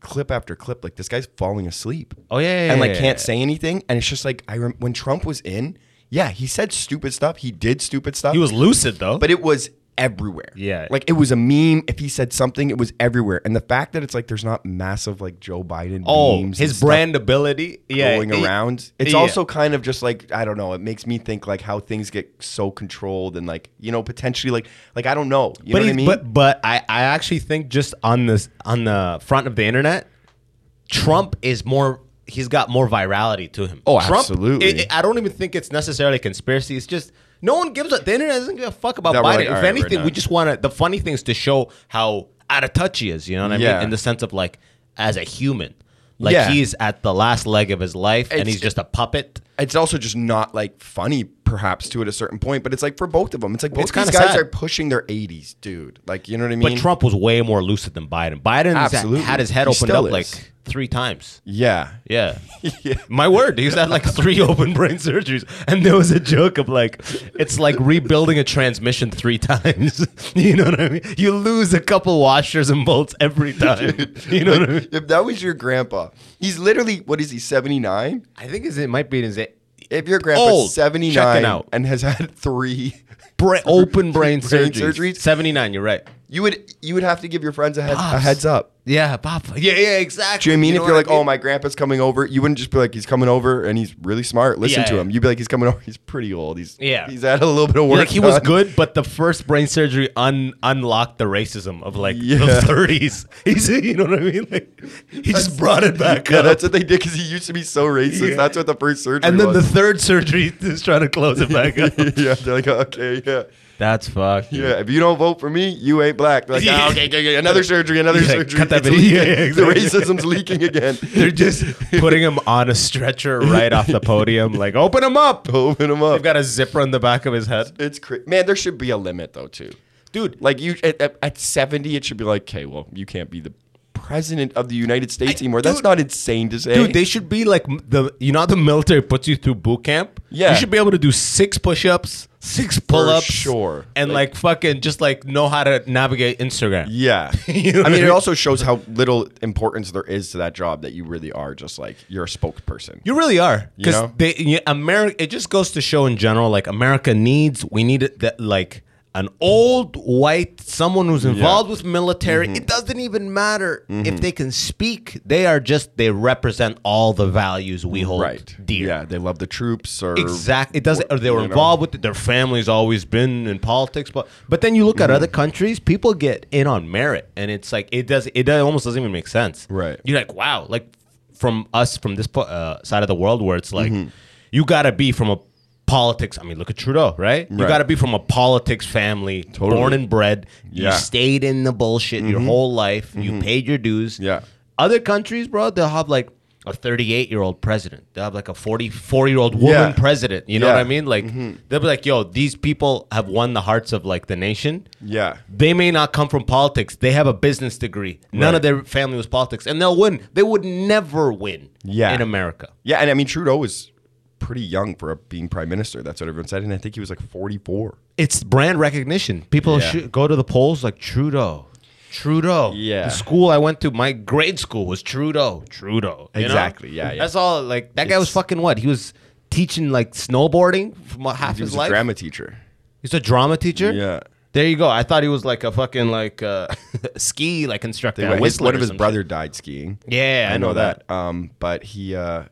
Speaker 4: clip after clip, like this guy's falling asleep.
Speaker 3: Oh, yeah, yeah,
Speaker 4: and like
Speaker 3: yeah,
Speaker 4: can't
Speaker 3: yeah.
Speaker 4: say anything. And it's just like I rem- when Trump was in, yeah, he said stupid stuff. He did stupid stuff.
Speaker 3: he was lucid though.
Speaker 4: but it was everywhere.
Speaker 3: Yeah.
Speaker 4: like it was a meme. If he said something, it was everywhere. And the fact that it's like there's not massive like Joe Biden.
Speaker 3: oh,
Speaker 4: memes and
Speaker 3: his
Speaker 4: stuff
Speaker 3: brandability, yeah,
Speaker 4: going
Speaker 3: he-
Speaker 4: around. It's
Speaker 3: yeah.
Speaker 4: also kind of just like I don't know. It makes me think like how things get so controlled and like you know potentially like like I don't know.
Speaker 3: but
Speaker 4: You know what I
Speaker 3: he-
Speaker 4: mean?
Speaker 3: But but I, I actually think just on this on the front of the internet, Trump is more. He's got more virality to him.
Speaker 4: Oh,
Speaker 3: Trump,
Speaker 4: absolutely.
Speaker 3: it- it- I don't even think it's necessarily a conspiracy. It's just no one gives a. The internet doesn't give a fuck about
Speaker 4: That we're
Speaker 3: Biden.
Speaker 4: like,
Speaker 3: if
Speaker 4: all right, we're
Speaker 3: anything, we
Speaker 4: done.
Speaker 3: just want to. The funny thing is to show how out of touch he is. You know what I
Speaker 4: Yeah.
Speaker 3: mean? In the sense of like as a human, like
Speaker 4: Yeah.
Speaker 3: he's at the last leg of his life, and
Speaker 4: It's-
Speaker 3: he's just a puppet.
Speaker 4: it's also just not like funny perhaps to at a certain point but it's like for both of them it's like both
Speaker 3: It's
Speaker 4: these
Speaker 3: kinda
Speaker 4: guys
Speaker 3: sad.
Speaker 4: are pushing their 80s dude like you know what i mean
Speaker 3: But Trump was way more lucid than Biden. Biden
Speaker 4: Absolutely.
Speaker 3: had his head
Speaker 4: He
Speaker 3: opened up
Speaker 4: still is.
Speaker 3: like three times.
Speaker 4: yeah
Speaker 3: Yeah. My word, he's had like three open brain surgeries. And there was a joke of like, it's like rebuilding a transmission three times. you know what I mean? You lose a couple washers and bolts every time. You know what I mean?
Speaker 4: if that was your grandpa he's literally what is he 79
Speaker 3: I think it's, it might be in his
Speaker 4: if your grandpa's
Speaker 3: Old. Checking
Speaker 4: 79
Speaker 3: out.
Speaker 4: and has had three
Speaker 3: bra- open brain,
Speaker 4: Brain
Speaker 3: surgeries.
Speaker 4: surgeries?
Speaker 3: 79, you're right.
Speaker 4: you would you would have to give your friends a, head, a
Speaker 3: Pops.
Speaker 4: heads up
Speaker 3: Yeah, Papa. Yeah, yeah, exactly.
Speaker 4: do you know what I mean
Speaker 3: know
Speaker 4: if you're
Speaker 3: what
Speaker 4: like, oh, my grandpa's coming over? You wouldn't just be like, he's coming over and he's really smart. Listen
Speaker 3: Yeah,
Speaker 4: to
Speaker 3: yeah.
Speaker 4: him. You'd be like, he's coming over. He's pretty old. He's
Speaker 3: Yeah.
Speaker 4: He's had a little bit of
Speaker 3: You're
Speaker 4: work.
Speaker 3: like he was
Speaker 4: done."
Speaker 3: good, but the first brain surgery un- unlocked the racism of like the
Speaker 4: Yeah.
Speaker 3: 30s. He's, you know what I mean? Like he just brought it back
Speaker 4: Yeah,
Speaker 3: up.
Speaker 4: that's what they did because he used to be so racist.
Speaker 3: Yeah.
Speaker 4: That's what the first surgery
Speaker 3: and then
Speaker 4: was.
Speaker 3: the third surgery is trying to close it back up.
Speaker 4: yeah, they're like, okay, yeah,
Speaker 3: That's fucked.
Speaker 4: yeah. If you don't vote for me, you ain't black. They're like,
Speaker 3: Yeah.
Speaker 4: ah, okay, okay, okay, another surgery, another
Speaker 3: Yeah,
Speaker 4: surgery.
Speaker 3: cut that
Speaker 4: It's
Speaker 3: video.
Speaker 4: leaking.
Speaker 3: Yeah, yeah,
Speaker 4: The
Speaker 3: exactly.
Speaker 4: racism's leaking again.
Speaker 3: They're just putting him on a stretcher right off the podium. Like, open him up.
Speaker 4: Open them up.
Speaker 3: They've got a zipper on the back of his head.
Speaker 4: it's cra- man. There should be a limit though, too.
Speaker 3: Dude,
Speaker 4: Like you at, at, at seventy, it should be like, okay, well, you can't be the president of the United States
Speaker 3: I-
Speaker 4: anymore. That's
Speaker 3: dude-
Speaker 4: not insane to say.
Speaker 3: Dude, they should be like m- the you know how the military puts you through boot camp.
Speaker 4: Yeah.
Speaker 3: you should be able to do six push-ups, six pull-ups,
Speaker 4: sure.
Speaker 3: and like, fucking just like know how to navigate Instagram.
Speaker 4: yeah.
Speaker 3: You know
Speaker 4: I
Speaker 3: what I
Speaker 4: mean, it
Speaker 3: mean?
Speaker 4: also shows how little importance there is to that job that you really are just like you're a spokesperson.
Speaker 3: You really are
Speaker 4: You
Speaker 3: because
Speaker 4: know?
Speaker 3: they you, America. It just goes to show in general, like America needs. We need it that like an old white someone who's involved with military.
Speaker 4: Mm-hmm.
Speaker 3: It doesn't even matter if they can speak. They are just they represent all the values we hold
Speaker 4: right.
Speaker 3: dear.
Speaker 4: Yeah, they love the troops or
Speaker 3: Exactly. It doesn't. Or they were
Speaker 4: you know.
Speaker 3: involved with it. Their family's always been in politics, but but then you look
Speaker 4: Mm-hmm.
Speaker 3: at other countries, people get in on merit, and it's like it does. It does, almost doesn't even make sense.
Speaker 4: Right.
Speaker 3: You're like, wow, like from us from this po- uh, side of the world, where it's like
Speaker 4: Mm-hmm.
Speaker 3: you gotta be from a politics. I mean, look at Trudeau, right? You
Speaker 4: Right.
Speaker 3: gotta be from a politics family, born and bred. You
Speaker 4: Yeah. Mm-hmm.
Speaker 3: stayed in the bullshit your whole life. You paid your dues.
Speaker 4: Yeah.
Speaker 3: Other countries, bro, they'll have like a 38 year old president. They'll have like a 44 year old woman
Speaker 4: Yeah.
Speaker 3: president. You know
Speaker 4: Yeah. Mm-hmm.
Speaker 3: what I mean? Like they'll be like, yo, these people have won the hearts of like the nation.
Speaker 4: Yeah.
Speaker 3: They may not come from politics. They have a business degree. None
Speaker 4: Right.
Speaker 3: of their family was politics, and they'll win. They would never win.
Speaker 4: Yeah.
Speaker 3: In America.
Speaker 4: Yeah, and I mean Trudeau was pretty young for being prime minister. That's what everyone said, and I think he was like 44.
Speaker 3: it's brand recognition. People
Speaker 4: Yeah.
Speaker 3: should go to the polls like Trudeau. Trudeau.
Speaker 4: Yeah.
Speaker 3: The school I went to, my grade school was Trudeau. Trudeau. you know?
Speaker 4: Exactly, yeah, yeah.
Speaker 3: That's all. Like that guy was
Speaker 4: It's-
Speaker 3: fucking what? He was teaching like snowboarding for mo- half
Speaker 4: He
Speaker 3: his
Speaker 4: was
Speaker 3: life.
Speaker 4: a drama teacher.
Speaker 3: He's a drama teacher.
Speaker 4: Yeah.
Speaker 3: There you go. I thought he was like a fucking like uh, ski like instructor.
Speaker 4: They
Speaker 3: at
Speaker 4: went- his-
Speaker 3: Whistler
Speaker 4: one
Speaker 3: or
Speaker 4: of his
Speaker 3: some
Speaker 4: brother died skiing.
Speaker 3: Yeah, I
Speaker 4: I know,
Speaker 3: know
Speaker 4: that. Um, but he uh,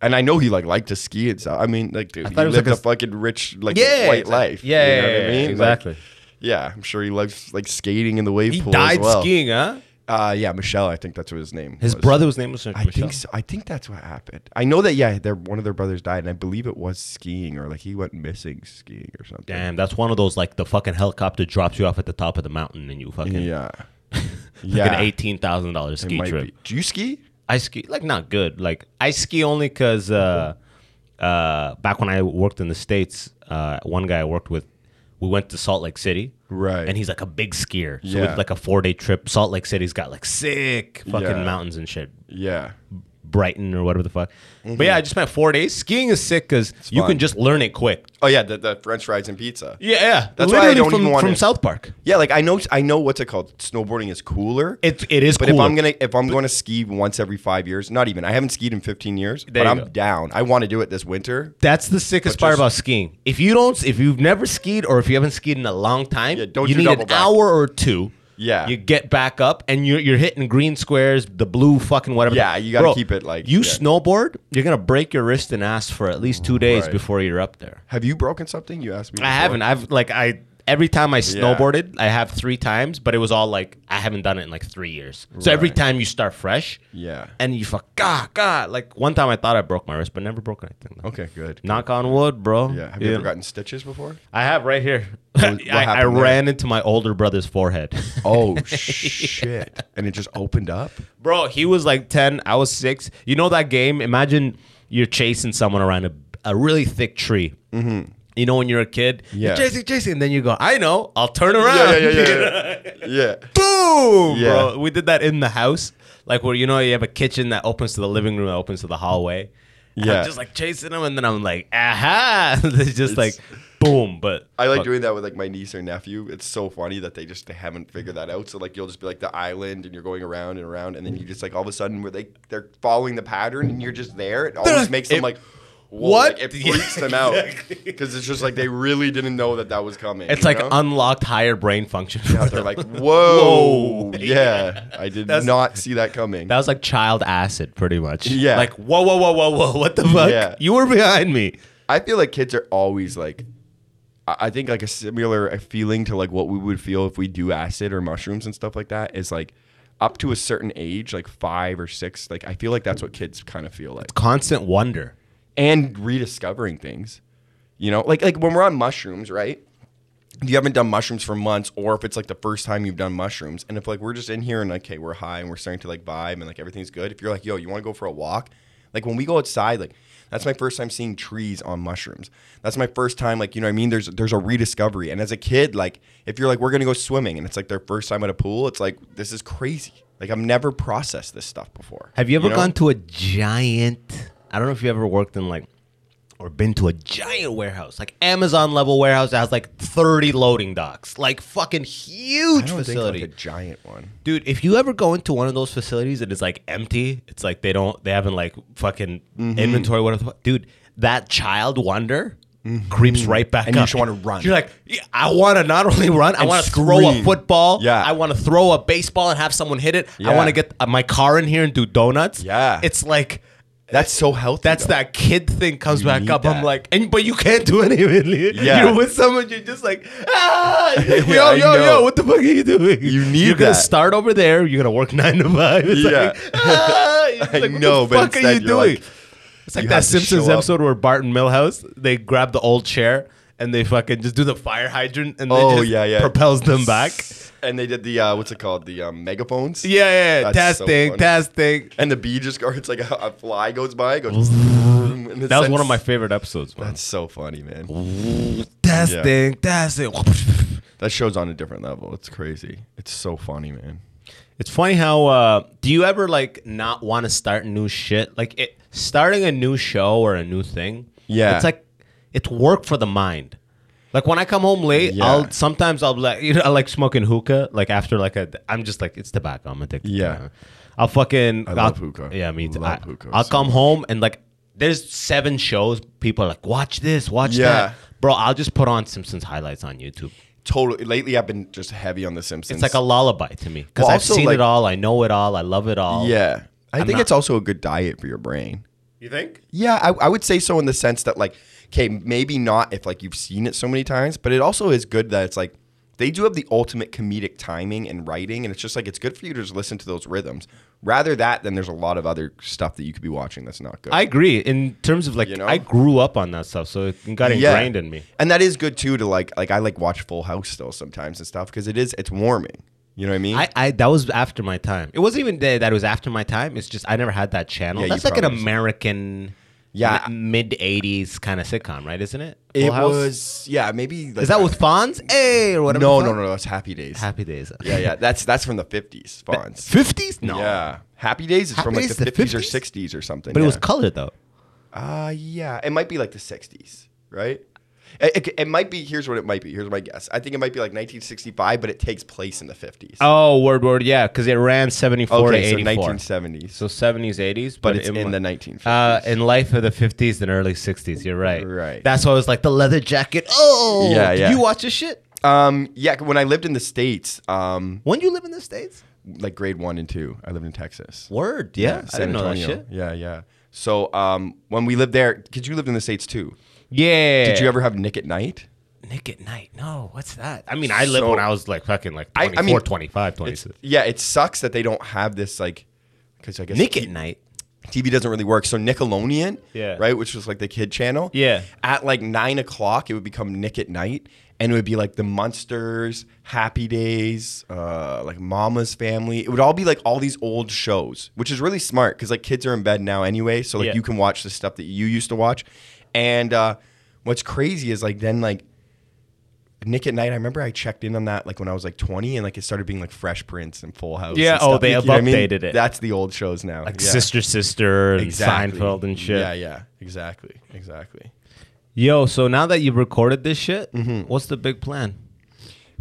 Speaker 4: and I know he like liked to ski and stuff. I mean, like dude, he
Speaker 3: thought it was
Speaker 4: lived
Speaker 3: like
Speaker 4: a, fucking rich like
Speaker 3: Yeah,
Speaker 4: white
Speaker 3: exactly.
Speaker 4: life.
Speaker 3: Yeah,
Speaker 4: you know
Speaker 3: yeah,
Speaker 4: what
Speaker 3: yeah,
Speaker 4: I mean?
Speaker 3: yeah,
Speaker 4: Like,
Speaker 3: exactly.
Speaker 4: yeah, I'm sure he loves like skating in the wave
Speaker 3: shit.
Speaker 4: pool.
Speaker 3: He
Speaker 4: as
Speaker 3: died
Speaker 4: well.
Speaker 3: skiing, huh?
Speaker 4: Uh, yeah, Michelle. I think that's what his name.
Speaker 3: His
Speaker 4: was.
Speaker 3: brother's name was
Speaker 4: I think so. I think that's what happened. I know that. Yeah, their one of their brothers died, and I believe it was skiing or like he went missing skiing or something.
Speaker 3: Damn, that's one of those like the fucking helicopter drops you off at the top of the mountain and you fucking
Speaker 4: Yeah.
Speaker 3: like
Speaker 4: yeah.
Speaker 3: an eighteen thousand dollars
Speaker 4: It
Speaker 3: ski
Speaker 4: might
Speaker 3: trip.
Speaker 4: be. Do you ski?
Speaker 3: I ski like not good. Like I ski only because uh, uh, back when I worked in the states, uh, one guy I worked with, we went to Salt Lake City,
Speaker 4: Right.
Speaker 3: And he's like a big skier, so
Speaker 4: Yeah.
Speaker 3: it's like a four day trip. Salt Lake City's got like sick fucking
Speaker 4: Yeah.
Speaker 3: mountains and shit.
Speaker 4: Yeah.
Speaker 3: Brighton or whatever the fuck. But yeah, I just spent four days. Skiing is sick because you
Speaker 4: Mm-hmm. fun.
Speaker 3: can just learn it quick.
Speaker 4: Oh yeah, the, the French fries and pizza.
Speaker 3: Yeah, yeah.
Speaker 4: That's why I
Speaker 3: Literally
Speaker 4: don't
Speaker 3: from,
Speaker 4: even wanna-
Speaker 3: from South Park.
Speaker 4: Yeah, like I know, I know what's it called. Snowboarding is cooler.
Speaker 3: It it is.
Speaker 4: but if
Speaker 3: cooler.
Speaker 4: I'm gonna if I'm going to ski once every five years, not even. I haven't skied in 15 years,
Speaker 3: There
Speaker 4: but
Speaker 3: you
Speaker 4: I'm
Speaker 3: go.
Speaker 4: down. I want to do it this winter.
Speaker 3: That's the sickest part
Speaker 4: just-
Speaker 3: about skiing. If you don't, if you've never skied or if you haven't skied in a long time,
Speaker 4: Yeah, don't
Speaker 3: you
Speaker 4: you
Speaker 3: need
Speaker 4: double
Speaker 3: an
Speaker 4: back.
Speaker 3: hour or two.
Speaker 4: Yeah.
Speaker 3: you get back up and you're you're hitting green squares, the blue fucking whatever.
Speaker 4: Yeah, you gotta
Speaker 3: Bro,
Speaker 4: keep it, like,
Speaker 3: you
Speaker 4: yeah.
Speaker 3: snowboard. You're gonna break your wrist and ass for at least two days
Speaker 4: Right.
Speaker 3: before you're up there.
Speaker 4: Have you broken something? You asked me.
Speaker 3: I
Speaker 4: before.
Speaker 3: haven't. I've like I every time I snowboarded, I have three times, but it was all like I haven't done it in like three years. So every
Speaker 4: Right.
Speaker 3: time you start fresh,
Speaker 4: Yeah.
Speaker 3: and you fuck God, God. Like one time I thought I broke my wrist, but never broke anything. though.
Speaker 4: Okay, good.
Speaker 3: Knock on wood, bro.
Speaker 4: Yeah. Have you ever gotten stitches before?
Speaker 3: I have right here.
Speaker 4: what
Speaker 3: I, I
Speaker 4: happened there?
Speaker 3: ran into my older brother's forehead.
Speaker 4: Oh shit! And it just opened up.
Speaker 3: Bro, he was like 10, I was 6. You know that game? Imagine you're chasing someone around a, a really thick tree. Mm-hmm. You know when you're a kid?
Speaker 4: Yeah.
Speaker 3: You're chasing, chasing, and then you go, I know, I'll turn around.
Speaker 4: Yeah, yeah, yeah, yeah. yeah.
Speaker 3: Boom,
Speaker 4: Yeah.
Speaker 3: bro. We did that in the house. Like where, you know, you have a kitchen that opens to the living room, that opens to the hallway. And
Speaker 4: Yeah.
Speaker 3: I'm just like chasing him, and then I'm like, aha. it's just like, boom. But
Speaker 4: I like
Speaker 3: fuck.
Speaker 4: doing that with like my niece or nephew. It's so funny that they just haven't figured that out. So like you'll just be like the island, and you're going around and around, and then you just like all of a sudden where they they're following the pattern, and you're just there. It always
Speaker 3: like,
Speaker 4: makes them
Speaker 3: "It-
Speaker 4: like. whoa,
Speaker 3: what?
Speaker 4: Like, it freaks them out because it's just like they really didn't know that that was coming.
Speaker 3: It's
Speaker 4: you
Speaker 3: like
Speaker 4: know?
Speaker 3: unlocked higher brain function.
Speaker 4: Yeah,
Speaker 3: for them.
Speaker 4: they're like, whoa, yeah, I did
Speaker 3: That's-
Speaker 4: not see that coming.
Speaker 3: That was like child acid, pretty much.
Speaker 4: Yeah.
Speaker 3: Like whoa, whoa, whoa, whoa, whoa! What the fuck?
Speaker 4: Yeah.
Speaker 3: You were behind me.
Speaker 4: I feel like kids are always like, I I think like a similar uh, feeling to like what we would feel if we do acid or mushrooms and stuff like that is like up to a certain age, like five or six. Like I feel like that's what kids kind of feel like,
Speaker 3: Constant wonder.
Speaker 4: and rediscovering things. You know, like like when we're on mushrooms, right? If you haven't done mushrooms for months, or if it's like the first time you've done mushrooms, and if like we're just in here and like, okay, we're high and we're starting to like vibe and like everything's good. If you're like, yo, you want to go for a walk? Like when we go outside, like that's my first time seeing trees on mushrooms. That's my first time, like you know, what I mean, there's there's a rediscovery. And as a kid, like if you're like, we're gonna go swimming, and it's like their first time at a pool, it's like this is crazy. Like I've never processed this stuff before.
Speaker 3: Have you ever
Speaker 4: know?
Speaker 3: gone to a giant? I don't know if you ever worked in like or been to a giant warehouse, like Amazon level warehouse that has like thirty loading docks, like fucking huge
Speaker 4: I don't think, like,
Speaker 3: facility.
Speaker 4: a giant one?
Speaker 3: Dude, if you ever go into one of those facilities and it's like empty, it's like they don't, they haven't like fucking
Speaker 4: Mm-hmm.
Speaker 3: inventory. What the fuck, dude? That child wonder creeps right back
Speaker 4: Mm-hmm. And you
Speaker 3: up.
Speaker 4: just wanna run.
Speaker 3: You're like, yeah, I want to not only run, I
Speaker 4: And
Speaker 3: want to throw a
Speaker 4: scream.
Speaker 3: football.
Speaker 4: Yeah.
Speaker 3: I want to throw a baseball and have someone hit it. I
Speaker 4: Yeah.
Speaker 3: want to get uh, my car in here and do donuts.
Speaker 4: Yeah.
Speaker 3: it's like.
Speaker 4: That's so healthy.
Speaker 3: That's
Speaker 4: though.
Speaker 3: that kid thing comes
Speaker 4: You
Speaker 3: back
Speaker 4: need
Speaker 3: up. I'm
Speaker 4: that.
Speaker 3: like, and but you can't do anything.
Speaker 4: Yeah.
Speaker 3: You're with someone, you're just like, ah, You're like,
Speaker 4: Yeah,
Speaker 3: yo,
Speaker 4: I
Speaker 3: yo,
Speaker 4: know.
Speaker 3: yo, what the fuck are you doing?
Speaker 4: You need
Speaker 3: You're gonna
Speaker 4: that.
Speaker 3: start over there. You're gonna work nine to five. It's
Speaker 4: Yeah.
Speaker 3: like, ah, You're just
Speaker 4: I
Speaker 3: like, what
Speaker 4: know,
Speaker 3: the
Speaker 4: but
Speaker 3: fuck are you
Speaker 4: instead you're
Speaker 3: doing?
Speaker 4: like,
Speaker 3: it's like
Speaker 4: you
Speaker 3: that
Speaker 4: have to
Speaker 3: Simpsons
Speaker 4: show up.
Speaker 3: episode where Bart and Milhouse they grab the old chair and they fucking just do the fire hydrant and
Speaker 4: Oh,
Speaker 3: it just
Speaker 4: yeah, yeah.
Speaker 3: propels them back.
Speaker 4: And they did the uh, what's it called? The um, megaphones.
Speaker 3: Yeah, yeah, yeah.
Speaker 4: That's
Speaker 3: That's
Speaker 4: so
Speaker 3: thing,
Speaker 4: funny.
Speaker 3: that's thing.
Speaker 4: And the bee just goes. It's like a, a fly goes by. Goes. and it
Speaker 6: That was
Speaker 4: sends-
Speaker 6: one of my favorite episodes, man.
Speaker 4: That's so funny, man.
Speaker 3: That's
Speaker 4: Yeah.
Speaker 3: thing, that's it.
Speaker 4: That show's on a different level. It's crazy. It's so funny, man.
Speaker 3: It's funny how uh, do you ever like not want to start new shit? Like it, starting a new show or a new thing.
Speaker 4: Yeah.
Speaker 3: it's like it's work for the mind. Like when I come home late,
Speaker 4: Yeah.
Speaker 3: I'll sometimes I'll be like you know I like smoking hookah. Like after like a I'm just like it's tobacco. I'm addicted. to
Speaker 4: Yeah.
Speaker 3: tobacco. I'll fucking I
Speaker 4: love hookah.
Speaker 3: Yeah, me too.
Speaker 4: Love
Speaker 3: I,
Speaker 4: hookah
Speaker 3: will
Speaker 4: so
Speaker 3: come home and like there's seven shows. People are like watch this, watch
Speaker 4: Yeah.
Speaker 3: that. Bro, I'll just put on Simpsons highlights on YouTube.
Speaker 4: Totally. Lately, I've been just heavy on The Simpsons.
Speaker 3: It's like a lullaby to me because
Speaker 4: Well,
Speaker 3: I've
Speaker 4: also,
Speaker 3: seen
Speaker 4: like-
Speaker 3: it all. I know it all. I love it all.
Speaker 4: yeah. I think
Speaker 3: not-
Speaker 4: it's also a good diet for your brain.
Speaker 6: you think?
Speaker 4: Yeah, I, I would say so in the sense that like, okay, maybe not if like you've seen it so many times, but it also is good that it's like they do have the ultimate comedic timing and writing, and it's just like it's good for you to just listen to those rhythms. Rather that than there's a lot of other stuff that you could be watching that's not good.
Speaker 3: I agree. In terms of like,
Speaker 4: You know?
Speaker 3: I grew up on that stuff, so it got
Speaker 4: Yeah.
Speaker 3: ingrained in me.
Speaker 4: and that is good too to like like I like watch Full House still sometimes and stuff because it is it's warming. You know what I mean?
Speaker 3: I, I that was after my time. It wasn't even that that it was after my time. It's just I never had that channel.
Speaker 4: Yeah, you
Speaker 3: That's like an
Speaker 4: probably-
Speaker 3: American,
Speaker 4: Yeah.
Speaker 3: mid '80s kind of sitcom, right? Isn't it? Full
Speaker 4: it
Speaker 3: House?
Speaker 4: was yeah maybe like,
Speaker 3: Is that with Fonz? Hey, or whatever.
Speaker 4: no
Speaker 3: the
Speaker 4: no
Speaker 3: fuck?
Speaker 4: no no that's Happy Days.
Speaker 3: Happy Days.
Speaker 4: yeah yeah that's that's from the fifties. Fonz.
Speaker 3: '50s? No.
Speaker 4: Yeah. Happy Days is
Speaker 3: Happy
Speaker 4: from like
Speaker 3: Days
Speaker 4: the
Speaker 3: is the
Speaker 4: 50s, or
Speaker 3: 50s?
Speaker 4: 60s or something.
Speaker 3: But it was
Speaker 4: yeah.
Speaker 3: colored though.
Speaker 4: Uh, yeah. It might be like the 60s, right? It, it- it might be. Here's what it might be. Here's my guess. I think it might be like 1965, but it takes place in the 50s.
Speaker 3: Oh, word word, yeah, because it ran '74
Speaker 4: okay, so
Speaker 3: to '84.
Speaker 4: 1970s.
Speaker 3: So '70s, '80s,
Speaker 4: but
Speaker 3: but
Speaker 4: it's
Speaker 3: it
Speaker 4: in
Speaker 3: mu-
Speaker 4: the 1950s.
Speaker 3: Uh, in life of the 50s and early 60s, you're right.
Speaker 4: Right.
Speaker 3: That's why I was like the leather jacket. Oh,
Speaker 4: Yeah,
Speaker 3: Did
Speaker 4: yeah.
Speaker 3: You watch this shit
Speaker 4: um, yeah. When I lived in the states, um,
Speaker 3: when you live in the states.
Speaker 4: like grade one and two, I lived in Texas.
Speaker 3: Word, yeah, I didn't know that shit.
Speaker 4: Yeah, yeah. So um, when we lived there, because you lived in the states too,
Speaker 3: Yeah.
Speaker 4: did you ever have Nick at Night?
Speaker 3: Nick at night? No, what's that? I mean, I lived
Speaker 4: So-
Speaker 3: when I was like fucking like
Speaker 4: I- I
Speaker 3: 24,
Speaker 4: mean,
Speaker 3: 25,
Speaker 4: It's,
Speaker 3: 26.
Speaker 4: yeah, it sucks that they don't have this like because I guess
Speaker 3: Nick at night.
Speaker 4: TV doesn't really work. So Nickelodeon,
Speaker 3: Yeah.
Speaker 4: right, which was like the kid channel,
Speaker 3: Yeah.
Speaker 4: At like nine o'clock, it would become Nick at Night, and it would be like the Munsters, Happy Days, uh, like Mama's Family. It would all be like all these old shows, which is really smart because like kids are in bed now anyway, so like
Speaker 3: Yeah.
Speaker 4: you can watch the stuff that you used to watch. And uh, what's crazy is like then like Nick at Night. I remember I checked in on that like when I was like 20, and like it started being like Fresh Prince and Full House.
Speaker 3: Yeah,
Speaker 4: and
Speaker 3: oh,
Speaker 4: stuff.
Speaker 3: they
Speaker 4: You
Speaker 3: have
Speaker 4: know what I mean?
Speaker 3: updated it.
Speaker 4: That's the old shows now.
Speaker 3: Like
Speaker 4: Yeah.
Speaker 3: Sister Sister and
Speaker 4: Exactly.
Speaker 3: Seinfeld and shit.
Speaker 4: Yeah, yeah, exactly, exactly.
Speaker 3: Yo, so now that you've recorded this shit,
Speaker 4: Mm-hmm.
Speaker 3: what's the big plan?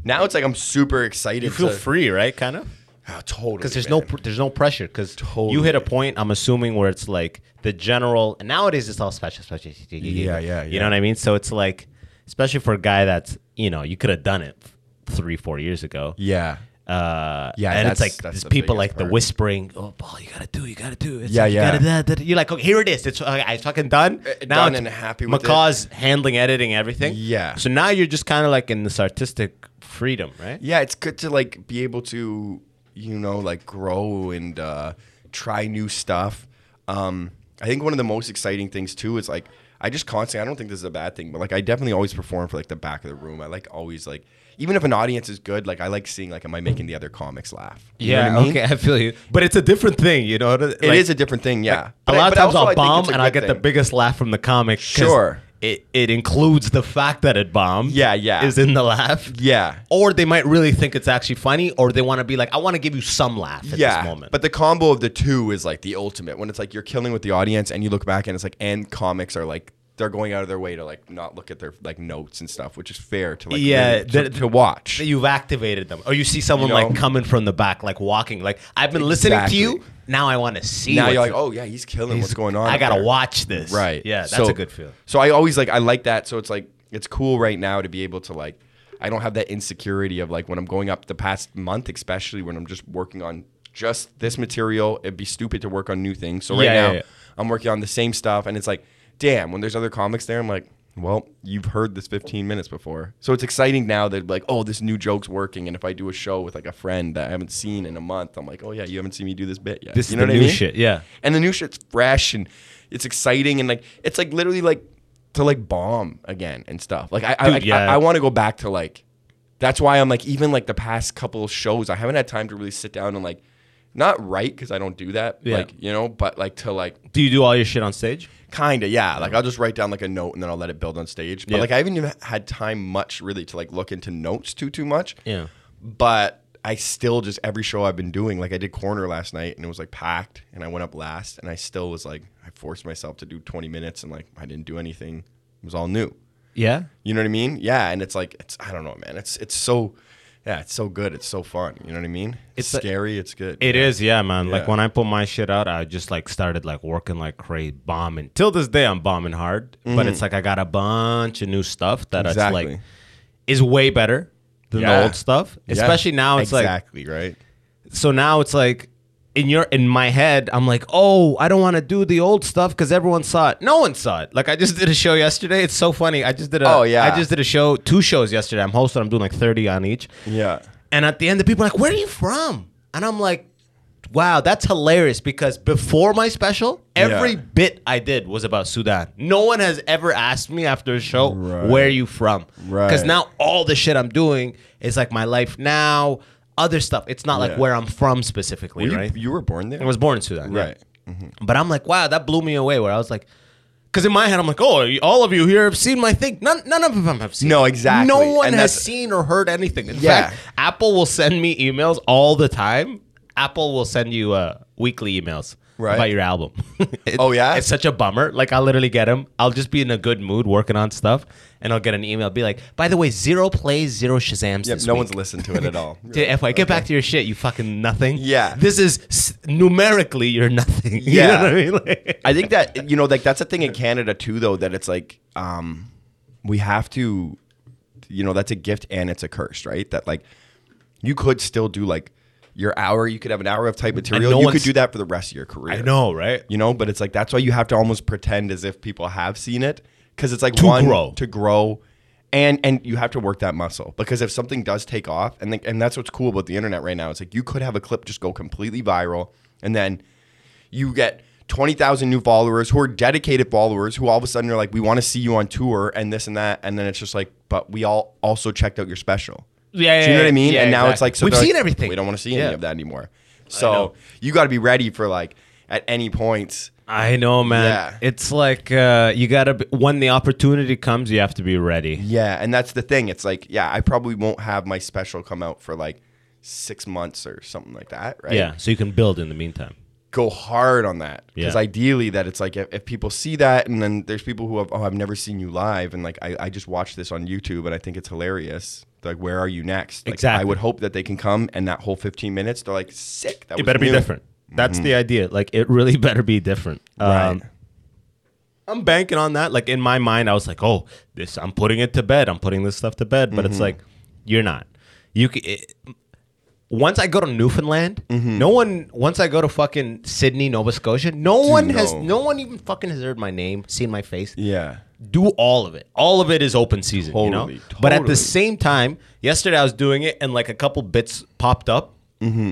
Speaker 4: Now it's like I'm super excited.
Speaker 3: You feel
Speaker 4: to-
Speaker 3: free, right? Kind of.
Speaker 4: Oh, totally.
Speaker 3: because there's
Speaker 4: man.
Speaker 3: no pr- there's no pressure because you
Speaker 4: Totally.
Speaker 3: hit a point I'm assuming where it's like the general and nowadays it's all special special
Speaker 4: Yeah, yeah,
Speaker 3: you
Speaker 4: yeah.
Speaker 3: know what I mean so it's like especially for a guy that's you know you could have done it f- three four years ago
Speaker 4: Yeah.
Speaker 3: uh,
Speaker 4: Yeah,
Speaker 3: and
Speaker 4: that's-
Speaker 3: it's like
Speaker 4: that's
Speaker 3: there's
Speaker 4: the
Speaker 3: people
Speaker 4: biggest
Speaker 3: like the
Speaker 4: part.
Speaker 3: whispering oh Paul you gotta do you gotta do it's
Speaker 4: Yeah,
Speaker 3: like, you
Speaker 4: yeah.
Speaker 3: gotta da- da- da." you're like okay here it is it's uh, I fucking done
Speaker 4: Uh, done and happy with it.
Speaker 3: Macaw's handling editing everything
Speaker 4: Yeah.
Speaker 3: so now you're just kind of like in this artistic freedom right
Speaker 4: Yeah, it's good to like be able to, you know, like grow and uh, try new stuff. Um, I think one of the most exciting things too is like I just constantly. I don't think this is a bad thing, but like I definitely always perform for like the back of the room. I like always like even if an audience is good, like I like seeing like am I making the other comics laugh? You know
Speaker 3: Yeah,
Speaker 4: what I mean?
Speaker 3: okay, I feel you. But it's a different thing, you know. It is
Speaker 4: It is a different thing, yeah. But
Speaker 3: a
Speaker 4: I-
Speaker 3: lot of
Speaker 4: but
Speaker 3: times
Speaker 4: also I
Speaker 3: I'll
Speaker 4: think
Speaker 3: bomb
Speaker 4: it's a
Speaker 3: and I
Speaker 4: good
Speaker 3: get the
Speaker 4: thing.
Speaker 3: biggest laugh from the comic. 'cause
Speaker 4: Sure.
Speaker 3: It it includes the fact that it bombed.
Speaker 4: Yeah, yeah.
Speaker 3: Is in the laugh.
Speaker 4: Yeah.
Speaker 3: Or they might really think it's actually funny, or they want to be like, I want to give you some laugh at this moment.
Speaker 4: But the combo of the two is like the ultimate when it's like you're killing with the audience and you look back and it's like and comics are like they're going out of their way to like not look at their like notes and stuff, which is fair to like
Speaker 3: Yeah,
Speaker 4: really- to,
Speaker 3: the-
Speaker 4: to watch.
Speaker 3: that you've activated them, or you see someone
Speaker 4: You know?
Speaker 3: like coming from the back, like walking, like I've been listening to you. Now I want to see.
Speaker 4: now you're
Speaker 3: what's-
Speaker 4: like, oh yeah, he's killing. What's going on?
Speaker 3: I
Speaker 4: up
Speaker 3: gotta
Speaker 4: there?"
Speaker 3: watch this.
Speaker 4: Right.
Speaker 3: Yeah, that's
Speaker 4: So-
Speaker 3: a good feel.
Speaker 4: So I always like I like that. So it's like it's cool right now to be able to like I don't have that insecurity of like when I'm going up the past month, especially when I'm just working on just this material. It'd be stupid to work on new things. So right
Speaker 3: Yeah, yeah,
Speaker 4: now
Speaker 3: yeah.
Speaker 4: I'm working on the same stuff, and it's like, damn. When there's other comics there, I'm like. Well, you've heard this 15 minutes before. So it's exciting now that, like, oh, this new joke's working. And if I do a show with, like, a friend that I haven't seen in a month, I'm like, oh, yeah, you haven't seen me do this bit yet.
Speaker 3: This
Speaker 4: you
Speaker 3: is the
Speaker 4: what I
Speaker 3: new
Speaker 4: mean?
Speaker 3: shit. Yeah.
Speaker 4: and the new shit's fresh and it's exciting and like it's like literally like to like bomb again and stuff. Like I I,
Speaker 3: Dude,
Speaker 4: like, I-
Speaker 3: yeah.
Speaker 4: I want to go back to like that's why I'm like even like the past couple shows I haven't had time to really sit down and like not write because I don't do that.
Speaker 3: Yeah.
Speaker 4: Like you know, but like to like
Speaker 3: Do you do all your shit on stage?
Speaker 4: Kinda, yeah. Like I'll just write down like a note and then I'll let it build on stage. But
Speaker 3: Yeah.
Speaker 4: like I haven't even had time much really to like look into notes too too much.
Speaker 3: Yeah.
Speaker 4: But I still just every show I've been doing, like I did corner last night and it was like packed and I went up last and I still was like I forced myself to do twenty minutes and like I didn't do anything. It was all new.
Speaker 3: Yeah.
Speaker 4: You know what I mean? Yeah. And it's like it's I don't know, man. It's it's so yeah, it's so good. It's so fun. You know what I mean? It's,
Speaker 3: It's like-
Speaker 4: scary, it's good.
Speaker 3: It is, yeah, man. Like
Speaker 4: Yeah.
Speaker 3: when I put my shit out, I just like started like working like crazy, bombing. Till this day, I'm bombing hard, but it's like I got a bunch of new stuff that it's like
Speaker 4: Mm-hmm. Exactly.
Speaker 3: is way better than the
Speaker 4: Yeah.
Speaker 3: old stuff.
Speaker 4: Yeah.
Speaker 3: Especially now, it's like
Speaker 4: exactly, right?
Speaker 3: so now it's like in your in my head i'm like oh i don't want to do the old stuff because everyone saw it no one saw it like i just did a show yesterday it's so funny i just did a
Speaker 4: Oh, yeah.
Speaker 3: i just did a show two shows yesterday i'm hosting i'm doing like 30 on each
Speaker 4: Yeah.
Speaker 3: and at the end the people are like where are you from and i'm like wow that's hilarious because before my special every
Speaker 4: Yeah.
Speaker 3: bit i did was about sudan no one has ever asked me after a show where are you from because
Speaker 4: Right.
Speaker 3: now all the shit i'm doing is like my life now other stuff it's not like
Speaker 4: Yeah.
Speaker 3: where i'm from specifically
Speaker 4: Were you,
Speaker 3: right
Speaker 4: you were born there?
Speaker 3: I was born in Sudan. yeah.
Speaker 4: Right.
Speaker 3: But I'm like, wow, that blew me away. Where I was like, because in my head, I'm like, oh, all of you here have seen my thing. None, none of them have seen.
Speaker 4: No,
Speaker 3: it.
Speaker 4: exactly.
Speaker 3: No one
Speaker 4: And
Speaker 3: has
Speaker 4: that's-
Speaker 3: seen or heard anything. In
Speaker 4: Yeah.
Speaker 3: fact, Apple will send me emails all the time. Apple will send you uh, weekly emails
Speaker 4: Right.
Speaker 3: about your album. It-
Speaker 4: Oh, yeah?
Speaker 3: it's such a bummer. Like I'll literally get them. I'll just be in a good mood working on stuff, and I'll get an email. Be like, by the way, zero plays, zero Shazams.
Speaker 4: Yep,
Speaker 3: this
Speaker 4: no
Speaker 3: week."
Speaker 4: one's listened to it at all.
Speaker 3: To FY, get back to your shit, you fucking nothing.
Speaker 4: Yeah.
Speaker 3: This is s- numerically, you're nothing.
Speaker 4: Yeah.
Speaker 3: You know what I mean? Like-
Speaker 4: I think that you know, like that's a thing in Canada too, though. That it's like um, we have to, you know, that's a gift and it's a curse, right? That like you could still do like your hour. You could have an hour of type material.
Speaker 3: no
Speaker 4: you
Speaker 3: one's-
Speaker 4: could do that for the rest of your career.
Speaker 3: I know, right?
Speaker 4: you know, but it's like that's why you have to almost pretend as if people have seen it because it's like
Speaker 3: To
Speaker 4: one
Speaker 3: grow.
Speaker 4: to grow. And, and you have to work that muscle because if something does take off and like, and that's what's cool about the internet right now it's like you could have a clip just go completely viral and then you get 20,000 new followers who are dedicated followers who all of a sudden are like, we want to see you on tour and this and that. And then it's just like, but we all also checked out your special.
Speaker 3: Yeah,
Speaker 4: Do you
Speaker 3: yeah,
Speaker 4: know what
Speaker 3: yeah.
Speaker 4: I mean?
Speaker 3: Yeah,
Speaker 4: and now it's
Speaker 3: exactly.
Speaker 4: like, so
Speaker 3: We've
Speaker 4: they're like,
Speaker 3: seen everything.
Speaker 4: We don't want to see
Speaker 3: Yeah.
Speaker 4: any of that anymore. So you got to be ready for like at any point.
Speaker 3: I know, man.
Speaker 4: Yeah.
Speaker 3: It's like uh, you gotta. Be, when the opportunity comes, you have to be ready.
Speaker 4: Yeah. And that's the thing. It's like, yeah, I probably won't have my special come out for like six months or something like that. Right.
Speaker 3: Yeah, so you can build in the meantime.
Speaker 4: go hard on that because
Speaker 3: Yeah.
Speaker 4: ideally that it's like if, if people see that and then there's people who have oh i've never seen you live and like i, I just watched this on youtube and i think it's hilarious They're like where are you next like,
Speaker 3: Exactly.
Speaker 4: i would hope that they can come and that whole 15 minutes they're like sick that
Speaker 3: It
Speaker 4: was
Speaker 3: better be
Speaker 4: new."
Speaker 3: different. That's the idea. Like it really better be different. Um,
Speaker 4: Right.
Speaker 3: I'm banking on that. Like in my mind, I was like, "Oh, this. I'm putting it to bed. I'm putting this stuff to bed." But
Speaker 4: Mm-hmm.
Speaker 3: it's like, you're not. You c- it, once I go to Newfoundland,
Speaker 4: Mm-hmm.
Speaker 3: no one. Once I go to fucking Sydney, Nova Scotia, no one has.
Speaker 4: no.
Speaker 3: No one even fucking has heard my name, seen my face.
Speaker 4: yeah
Speaker 3: Do all of it. All of it is open season. you know.
Speaker 4: Totally,
Speaker 3: But at the
Speaker 4: totally.
Speaker 3: same time, yesterday I was doing it, and like a couple bits popped up.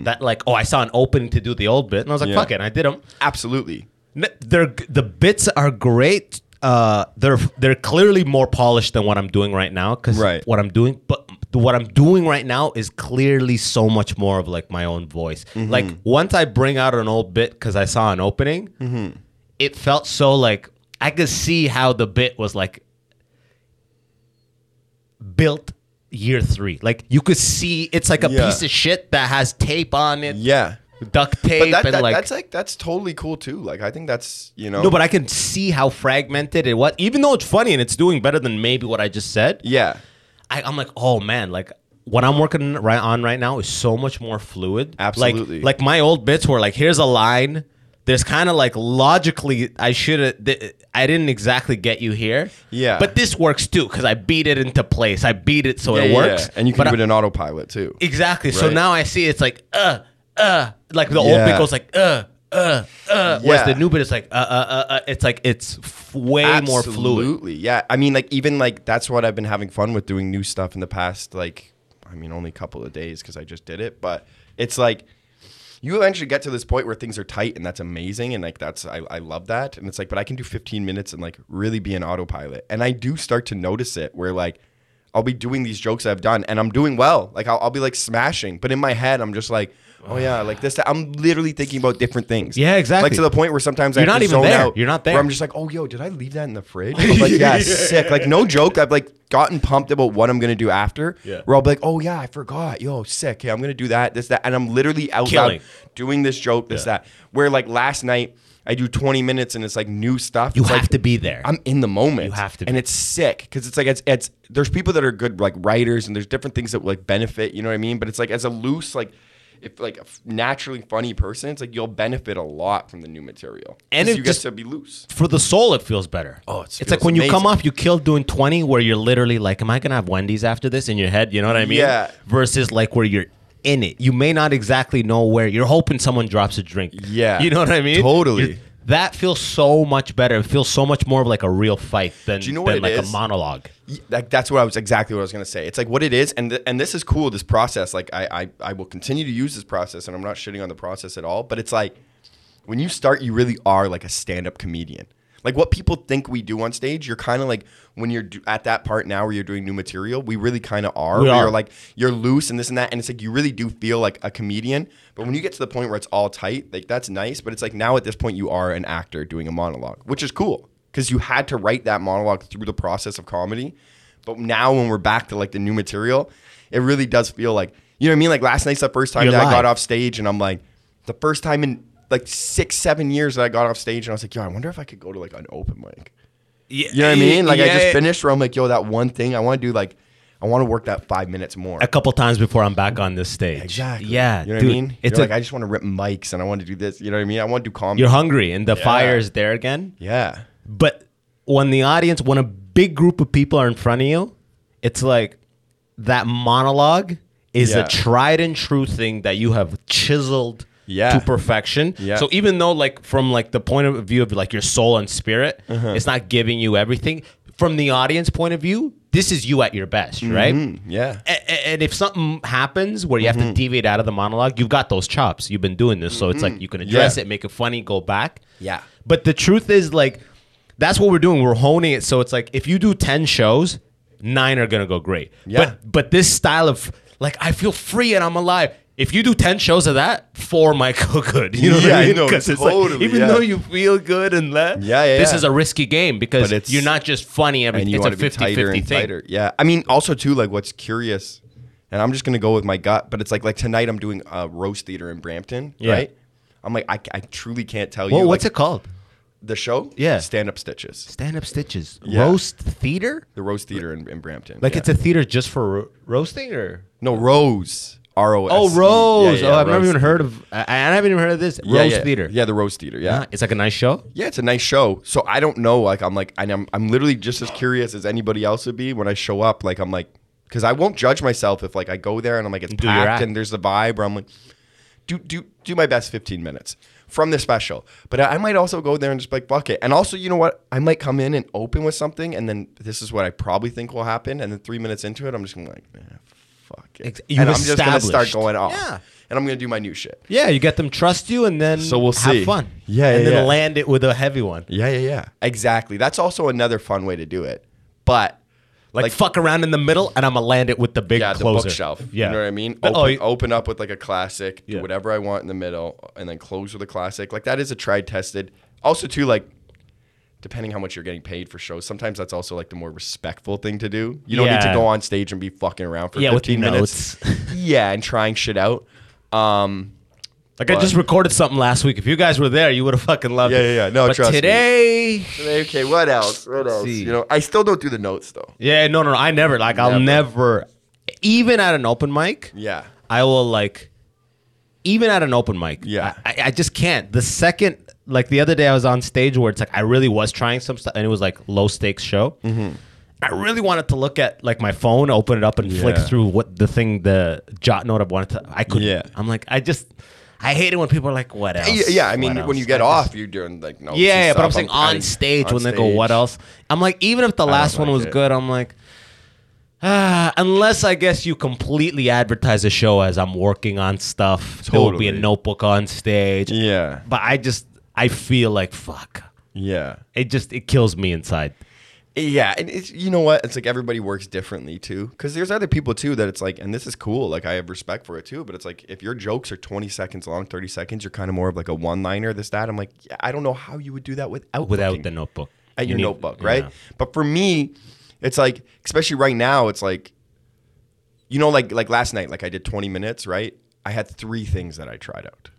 Speaker 3: That like, oh, I saw an opening to do the old bit, and I was like,
Speaker 4: Mm-hmm. Yeah.
Speaker 3: fuck it, and I did them.
Speaker 4: absolutely
Speaker 3: N- They're g- the bits are great. Uh, they're they're clearly more polished than what I'm doing right now because
Speaker 4: Right.
Speaker 3: what I'm doing, but what I'm doing right now is clearly so much more of like my own voice.
Speaker 4: Mm-hmm.
Speaker 3: Like once I bring out an old bit because I saw an opening,
Speaker 4: Mm-hmm.
Speaker 3: it felt so like I could see how the bit was like built year three. Like you could see it's like a
Speaker 4: Yeah.
Speaker 3: piece of shit that has tape on it,
Speaker 4: yeah
Speaker 3: duct tape,
Speaker 4: but that,
Speaker 3: and
Speaker 4: that-
Speaker 3: like
Speaker 4: that's like that's totally cool too like i think that's you know
Speaker 3: no, but I can see how fragmented it was. Even though it's funny and it's doing better than maybe what I just said,
Speaker 4: yeah
Speaker 3: I, I'm like, oh man, like what I'm working right on right now is so much more fluid. Like-
Speaker 4: Absolutely.
Speaker 3: Like, my old bits were like, here's a line. There's kind of like logically, I should have, th- I didn't exactly get you here.
Speaker 4: Yeah.
Speaker 3: But this works too because I beat it into place. I beat it so
Speaker 4: Yeah,
Speaker 3: it
Speaker 4: yeah,
Speaker 3: works.
Speaker 4: yeah. and you can
Speaker 3: But
Speaker 4: do
Speaker 3: I-
Speaker 4: it in autopilot too
Speaker 3: Exactly. So
Speaker 4: Right.
Speaker 3: now I see it's like uh uh like the old
Speaker 4: Yeah.
Speaker 3: bit goes like uh uh uh whereas
Speaker 4: Yeah.
Speaker 3: the new bit is like uh uh uh, uh it's like it's f- way more fluid.
Speaker 4: Absolutely. Yeah. I mean, like even like that's what I've been having fun with doing new stuff in the past. Like, I mean, only a couple of days because I just did it, but it's like you eventually get to this point where things are tight and that's amazing and like that's I, I love that and it's like but I can do 15 minutes and like really be an autopilot and I do start to notice it where like I'll be doing these jokes I've done and I'm doing well like I'll, I'll be like smashing but in my head I'm just like oh yeah like this that. I'm literally thinking about different things
Speaker 3: Yeah, exactly.
Speaker 4: like to the point where sometimes
Speaker 3: You're
Speaker 4: I have
Speaker 3: not
Speaker 4: to
Speaker 3: even
Speaker 4: zone
Speaker 3: there.
Speaker 4: out
Speaker 3: You're not there.
Speaker 4: where I'm just like oh yo did I leave that in the fridge I'm like yeah sick like no joke I've like gotten pumped about what I'm gonna do after
Speaker 3: Yeah.
Speaker 4: where I'll be like oh yeah I forgot yo sick yeah I'm gonna do that this that and I'm literally out
Speaker 3: Killing.
Speaker 4: loud doing this joke, this
Speaker 3: Yeah.
Speaker 4: that. Where like last night, I do 20 minutes and it's like new stuff.
Speaker 3: You
Speaker 4: It's,
Speaker 3: have
Speaker 4: like,
Speaker 3: to be there.
Speaker 4: I'm in the moment.
Speaker 3: You have to
Speaker 4: and
Speaker 3: be.
Speaker 4: it's sick because it's like it's it's there's people that are good like writers and there's different things that like benefit. You know what I mean? But it's like as a loose like. If like a f- naturally funny person, it's like you'll benefit a lot from the new material,
Speaker 3: And
Speaker 4: 'Cause
Speaker 3: it
Speaker 4: you
Speaker 3: just-
Speaker 4: get to be loose.
Speaker 3: for the soul, it feels better.
Speaker 4: Oh, it
Speaker 3: it's
Speaker 4: feels
Speaker 3: like when you come
Speaker 4: amazing.
Speaker 3: off, you kill doing twenty, where you're literally like, "Am I gonna have Wendy's after this?" In your head, you know what I mean?
Speaker 4: Yeah.
Speaker 3: Versus like where you're in it, you may not exactly know where you're hoping someone drops a drink.
Speaker 4: Yeah.
Speaker 3: you know what I mean?
Speaker 4: Totally.
Speaker 3: You're- that feels so much better. It feels so much more of like a real fight than,
Speaker 4: Do you know
Speaker 3: than
Speaker 4: what it
Speaker 3: like a
Speaker 4: is?
Speaker 3: monologue.
Speaker 4: Y- like that's what I was exactly what I was gonna say. It's like what it is, and th- and this is cool. This process, like I, I I will continue to use this process, and I'm not shitting on the process at all. But it's like when you start, you really are like a stand up comedian. Like what people think we do on stage, you're kind of like when you're do- at that part now where you're doing new material, we really kind of are.
Speaker 3: We
Speaker 4: We
Speaker 3: are.
Speaker 4: are like you're loose and this and that, and it's like you really do feel like a comedian. But when you get to the point where it's all tight, like that's nice. But it's like now at this point you are an actor doing a monologue, which is cool because you had to write that monologue through the process of comedy. But now when we're back to like the new material, it really does feel like you know what I mean. Like last night's the first time
Speaker 3: You're
Speaker 4: that I
Speaker 3: live.
Speaker 4: got off stage, and I'm like, the first time in like six, seven years that I got off stage, and I was like, yo, I wonder if I could go to like an open mic.
Speaker 3: Yeah,
Speaker 4: You know what I mean? Like I just finished where I'm like, yo, that one thing I want to do, like, I want to work that five minutes more.
Speaker 3: a couple times before I'm back on this stage.
Speaker 4: Exactly.
Speaker 3: Yeah,
Speaker 4: You know
Speaker 3: dude,
Speaker 4: what I mean?
Speaker 3: It's
Speaker 4: It's like
Speaker 3: a-
Speaker 4: I just want to rip mics and I want to do this. You know what I mean? I want to do comedy.
Speaker 3: you're hungry and the fire is there again.
Speaker 4: yeah.
Speaker 3: But when the audience, when a big group of people are in front of you, it's like that monologue is
Speaker 4: Yeah.
Speaker 3: a tried and true thing that you have chiseled
Speaker 4: Yeah.
Speaker 3: to perfection.
Speaker 4: Yeah.
Speaker 3: So even though like from like the point of view of like your soul and spirit,
Speaker 4: Uh-huh.
Speaker 3: it's not giving you everything. From the audience point of view, this is you at your best, right?
Speaker 4: Mm-hmm. Yeah.
Speaker 3: A- a- and if something happens where you have
Speaker 4: Mm-hmm.
Speaker 3: to deviate out of the monologue, you've got those chops. You've been doing this, so it's like you can address
Speaker 4: Mm-hmm. Yeah.
Speaker 3: it, make it funny, go back.
Speaker 4: Yeah.
Speaker 3: But the truth is, like, that's what we're doing. We're honing it. So it's like if you do ten shows, nine are gonna go great.
Speaker 4: Yeah.
Speaker 3: But but this style of like I feel free and I'm alive. If you do ten shows of that, four might go good. You know
Speaker 4: Yeah,
Speaker 3: what I
Speaker 4: I
Speaker 3: mean?
Speaker 4: know,
Speaker 3: 'Cause it's like,
Speaker 4: totally,
Speaker 3: even
Speaker 4: yeah.
Speaker 3: though you feel good and that,
Speaker 4: Yeah, yeah,
Speaker 3: this
Speaker 4: yeah.
Speaker 3: is a risky game because
Speaker 4: But it's-
Speaker 3: you're not just funny. Every,
Speaker 4: And you
Speaker 3: it's a
Speaker 4: want to be
Speaker 3: 50
Speaker 4: tighter and
Speaker 3: thing.
Speaker 4: tighter. Yeah. I mean, also too, like what's curious, and I'm just gonna go with my gut, but it's like like tonight I'm doing a roast theater in Brampton,
Speaker 3: Yeah.
Speaker 4: right? I'm like I, I truly can't tell
Speaker 3: Well,
Speaker 4: you.
Speaker 3: what's
Speaker 4: like,
Speaker 3: it called?
Speaker 4: The show?
Speaker 3: Yeah.
Speaker 4: Stand up stitches.
Speaker 3: Stand up stitches.
Speaker 4: Yeah.
Speaker 3: Roast theater?
Speaker 4: The roast theater in, in Brampton.
Speaker 3: Like
Speaker 4: Yeah.
Speaker 3: it's a theater just for ro- roasting or?
Speaker 4: no rose. R O S.
Speaker 3: Oh,
Speaker 4: E. Yeah,
Speaker 3: Rose.
Speaker 4: yeah,
Speaker 3: oh, I've never
Speaker 4: roast
Speaker 3: even heard
Speaker 4: theater.
Speaker 3: of. I, I haven't even heard of this.
Speaker 4: Yeah,
Speaker 3: Rose
Speaker 4: yeah.
Speaker 3: theater.
Speaker 4: Yeah, the roast theater. Yeah.
Speaker 3: Huh? It's like a nice show.
Speaker 4: Yeah, it's a nice show. So I don't know. Like I'm like and I'm I'm literally just as curious as anybody else would be when I show up. Like I'm like because I won't judge myself if like I go there and I'm like it's
Speaker 3: Do your act.
Speaker 4: packed and there's the vibe where I'm like do do do my best 15 minutes from the special. But I, I might also go there and just be like fuck it. And also you know what? I might come in and open with something and then this is what I probably think will happen. And then three minutes into it, I'm just gonna be like eh, fuck it.
Speaker 3: Ex-
Speaker 4: and I'm
Speaker 3: you've
Speaker 4: just gonna start
Speaker 3: established.
Speaker 4: going off.
Speaker 3: Yeah.
Speaker 4: And I'm gonna do my new shit.
Speaker 3: Yeah, you get them trust you, and then
Speaker 4: So we'll
Speaker 3: have
Speaker 4: see.
Speaker 3: fun.
Speaker 4: Yeah,
Speaker 3: and
Speaker 4: yeah,
Speaker 3: then
Speaker 4: yeah.
Speaker 3: land it with a heavy one.
Speaker 4: Yeah, yeah, yeah. Exactly. That's also another fun way to do it. But
Speaker 3: Like, fuck around in the middle, and I'm gonna land it with the big
Speaker 4: yeah,
Speaker 3: closer.
Speaker 4: the bookshelf.
Speaker 3: Yeah,
Speaker 4: You know what I mean?
Speaker 3: But-
Speaker 4: Open,
Speaker 3: oh, you-
Speaker 4: open up with like a classic,
Speaker 3: Yeah.
Speaker 4: do whatever I want in the middle, and then close with a classic. Like that is a tried tested. Also, too, like depending how much you're getting paid for shows, sometimes that's also like the more respectful thing to do. You don't need
Speaker 3: Yeah.
Speaker 4: to go on stage and be fucking around for
Speaker 3: Yeah, with
Speaker 4: 15 minutes.
Speaker 3: notes.
Speaker 4: yeah, and trying shit out. Um,
Speaker 3: like I just recorded something last week. If you guys were there, you would have fucking loved
Speaker 4: Yeah,
Speaker 3: it.
Speaker 4: yeah, yeah. No,
Speaker 3: but
Speaker 4: trust me.
Speaker 3: today,
Speaker 4: okay, what else? What else?
Speaker 3: see.
Speaker 4: You know, I still don't do the notes though.
Speaker 3: yeah, no, no, no, I never. Like I'll never, even at an open mic.
Speaker 4: Yeah.
Speaker 3: I will like, even at an open mic.
Speaker 4: Yeah.
Speaker 3: I, I just can't. The second, like the other day, I was on stage where it's like I really was trying some stuff, and it was like low stakes show.
Speaker 4: Mm-hmm.
Speaker 3: I really wanted to look at like my phone, open it up, and flick
Speaker 4: Yeah.
Speaker 3: through what the thing, the jot note I wanted to. I could.
Speaker 4: Yeah.
Speaker 3: I'm like, I just, I hate it when people are like, what else?
Speaker 4: Yeah, yeah, I mean,
Speaker 3: What
Speaker 4: when you
Speaker 3: else?"
Speaker 4: get
Speaker 3: I
Speaker 4: off,
Speaker 3: just-
Speaker 4: you're doing like no.
Speaker 3: yeah, yeah, but I'm saying on stage when they go, what else? I'm like, even if the last one
Speaker 4: like
Speaker 3: was
Speaker 4: it.
Speaker 3: good, I'm like, Ah, unless I guess you completely advertise a show as I'm working on stuff. There will be a
Speaker 4: Totally.
Speaker 3: notebook on stage.
Speaker 4: Yeah.
Speaker 3: But I just I feel like fuck.
Speaker 4: Yeah.
Speaker 3: It just it kills me inside.
Speaker 4: Yeah, and it's you know what? It's like everybody works differently too. Because there's other people too that it's like, and this is cool. Like I have respect for it too. But it's like if your jokes are 20 seconds long, 30 seconds, you're kind of more of like a one-liner. This that. I'm like, yeah, I don't know how you would do that without
Speaker 3: Without
Speaker 4: looking
Speaker 3: the notebook.
Speaker 4: at
Speaker 3: You
Speaker 4: your
Speaker 3: need-
Speaker 4: notebook, right?
Speaker 3: yeah.
Speaker 4: But for me, it's like especially right now, it's like, you know, like like last night, like I did 20 minutes, right? I had three things that I tried out.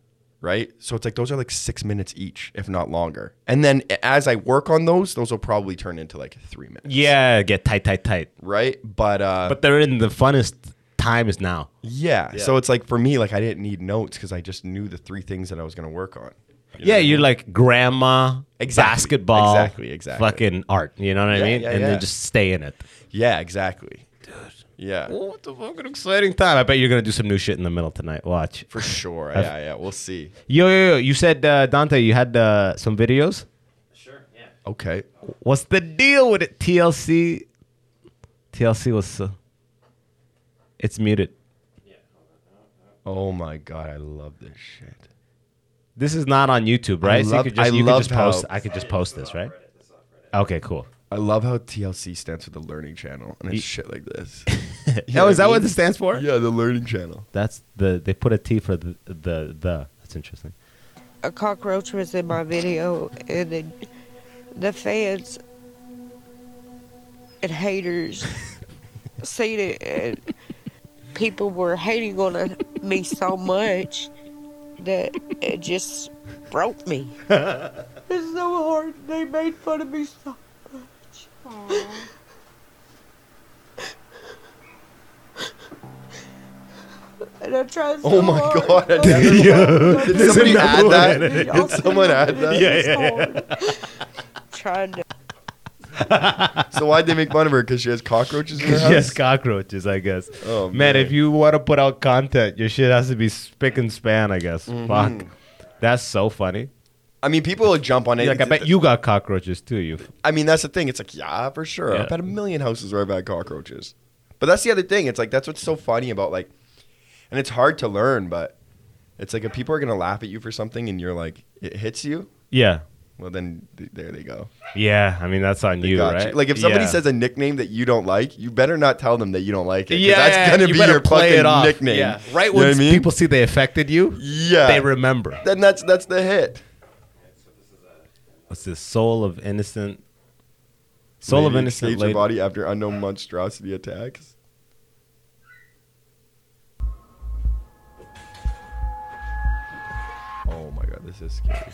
Speaker 4: Right, so it's like those are like six minutes each, if not longer. And then as I work on those, those will probably turn into like three minutes
Speaker 3: Yeah, get tight, tight, tight.
Speaker 4: right? But uh,
Speaker 3: But they're in the funnest times now.
Speaker 4: yeah. so it's like for me, like I didn't need notes because I just knew the three things that I was gonna work on. You know
Speaker 3: Yeah,
Speaker 4: what I
Speaker 3: you're
Speaker 4: mean?
Speaker 3: like grandma,
Speaker 4: Exactly,
Speaker 3: basketball,
Speaker 4: exactly, exactly.
Speaker 3: fucking art. You know what
Speaker 4: Yeah,
Speaker 3: I mean?
Speaker 4: yeah,
Speaker 3: and
Speaker 4: yeah.
Speaker 3: then just stay in it.
Speaker 4: yeah, exactly, dude. Yeah,
Speaker 3: What the fuck? An exciting time. I bet you're gonna do some new shit in the middle tonight. Watch.
Speaker 4: for sure. yeah, yeah, we'll see.
Speaker 3: Yo, yo, yo. You said uh, Dante, you had uh, some videos.
Speaker 4: Okay,
Speaker 3: What's the deal with it? TLC. TLC was. Uh, it's muted.
Speaker 4: oh my god, I love this shit.
Speaker 3: This is not on YouTube, right?
Speaker 4: love-
Speaker 3: you could just,
Speaker 4: I
Speaker 3: you could
Speaker 4: love
Speaker 3: just post.
Speaker 4: how-
Speaker 3: I could just post this, right? Okay, cool.
Speaker 4: I love how TLC stands for the Learning Channel, and it's shit like this.
Speaker 3: Oh, is that what this stands for?
Speaker 4: yeah, the Learning Channel.
Speaker 3: That's the they put a T for the the the. That's interesting.
Speaker 7: a cockroach was in my video, and then the fans and haters seen it, and people were hating on uh, me so much that it just broke me. it's so hard. They made fun of me so. much. And I tried so
Speaker 4: Oh my
Speaker 7: hard.
Speaker 4: god, I didn't- did somebody add that? Did someone add that?
Speaker 7: Trying to.
Speaker 4: So why'd they make fun of her? Because she has cockroaches in her house.
Speaker 3: Yes, cockroaches, I guess.
Speaker 4: Oh,
Speaker 3: man.
Speaker 4: man.
Speaker 3: if you want to put out content, your shit has to be spick and span, I guess.
Speaker 4: Mm-hmm.
Speaker 3: Fuck. That's so funny.
Speaker 4: I mean, people will jump on it.
Speaker 3: Like, I bet you got cockroaches too. You.
Speaker 4: I mean, that's the thing. It's like, yeah, for sure.
Speaker 3: Yeah.
Speaker 4: I've had a million houses where I've had cockroaches. But that's the other thing. It's like, that's what's so funny about, like, and it's hard to learn, but it's like if people are going to laugh at you for something and you're like, it hits you,
Speaker 3: Yeah.
Speaker 4: well, then th- there they go.
Speaker 3: Yeah. I mean, that's on you,
Speaker 4: Gotcha.
Speaker 3: right?
Speaker 4: Like, if somebody
Speaker 3: Yeah.
Speaker 4: says a nickname that you don't like, you better not tell them that you don't like it. 'cause
Speaker 3: yeah,
Speaker 4: That's going
Speaker 3: you
Speaker 4: to be
Speaker 3: better
Speaker 4: your
Speaker 3: play
Speaker 4: fucking
Speaker 3: it off.
Speaker 4: nickname.
Speaker 3: Yeah. Right
Speaker 4: You know
Speaker 3: when
Speaker 4: what I mean?
Speaker 3: people see they affected you,
Speaker 4: Yeah.
Speaker 3: they remember.
Speaker 4: then that's that's the hit.
Speaker 3: What's this? Soul of innocent. Soul of
Speaker 4: Lady
Speaker 3: innocent.
Speaker 4: escapes her
Speaker 3: Lady.
Speaker 4: body after unknown monstrosity attacks. Oh my god, this is scary.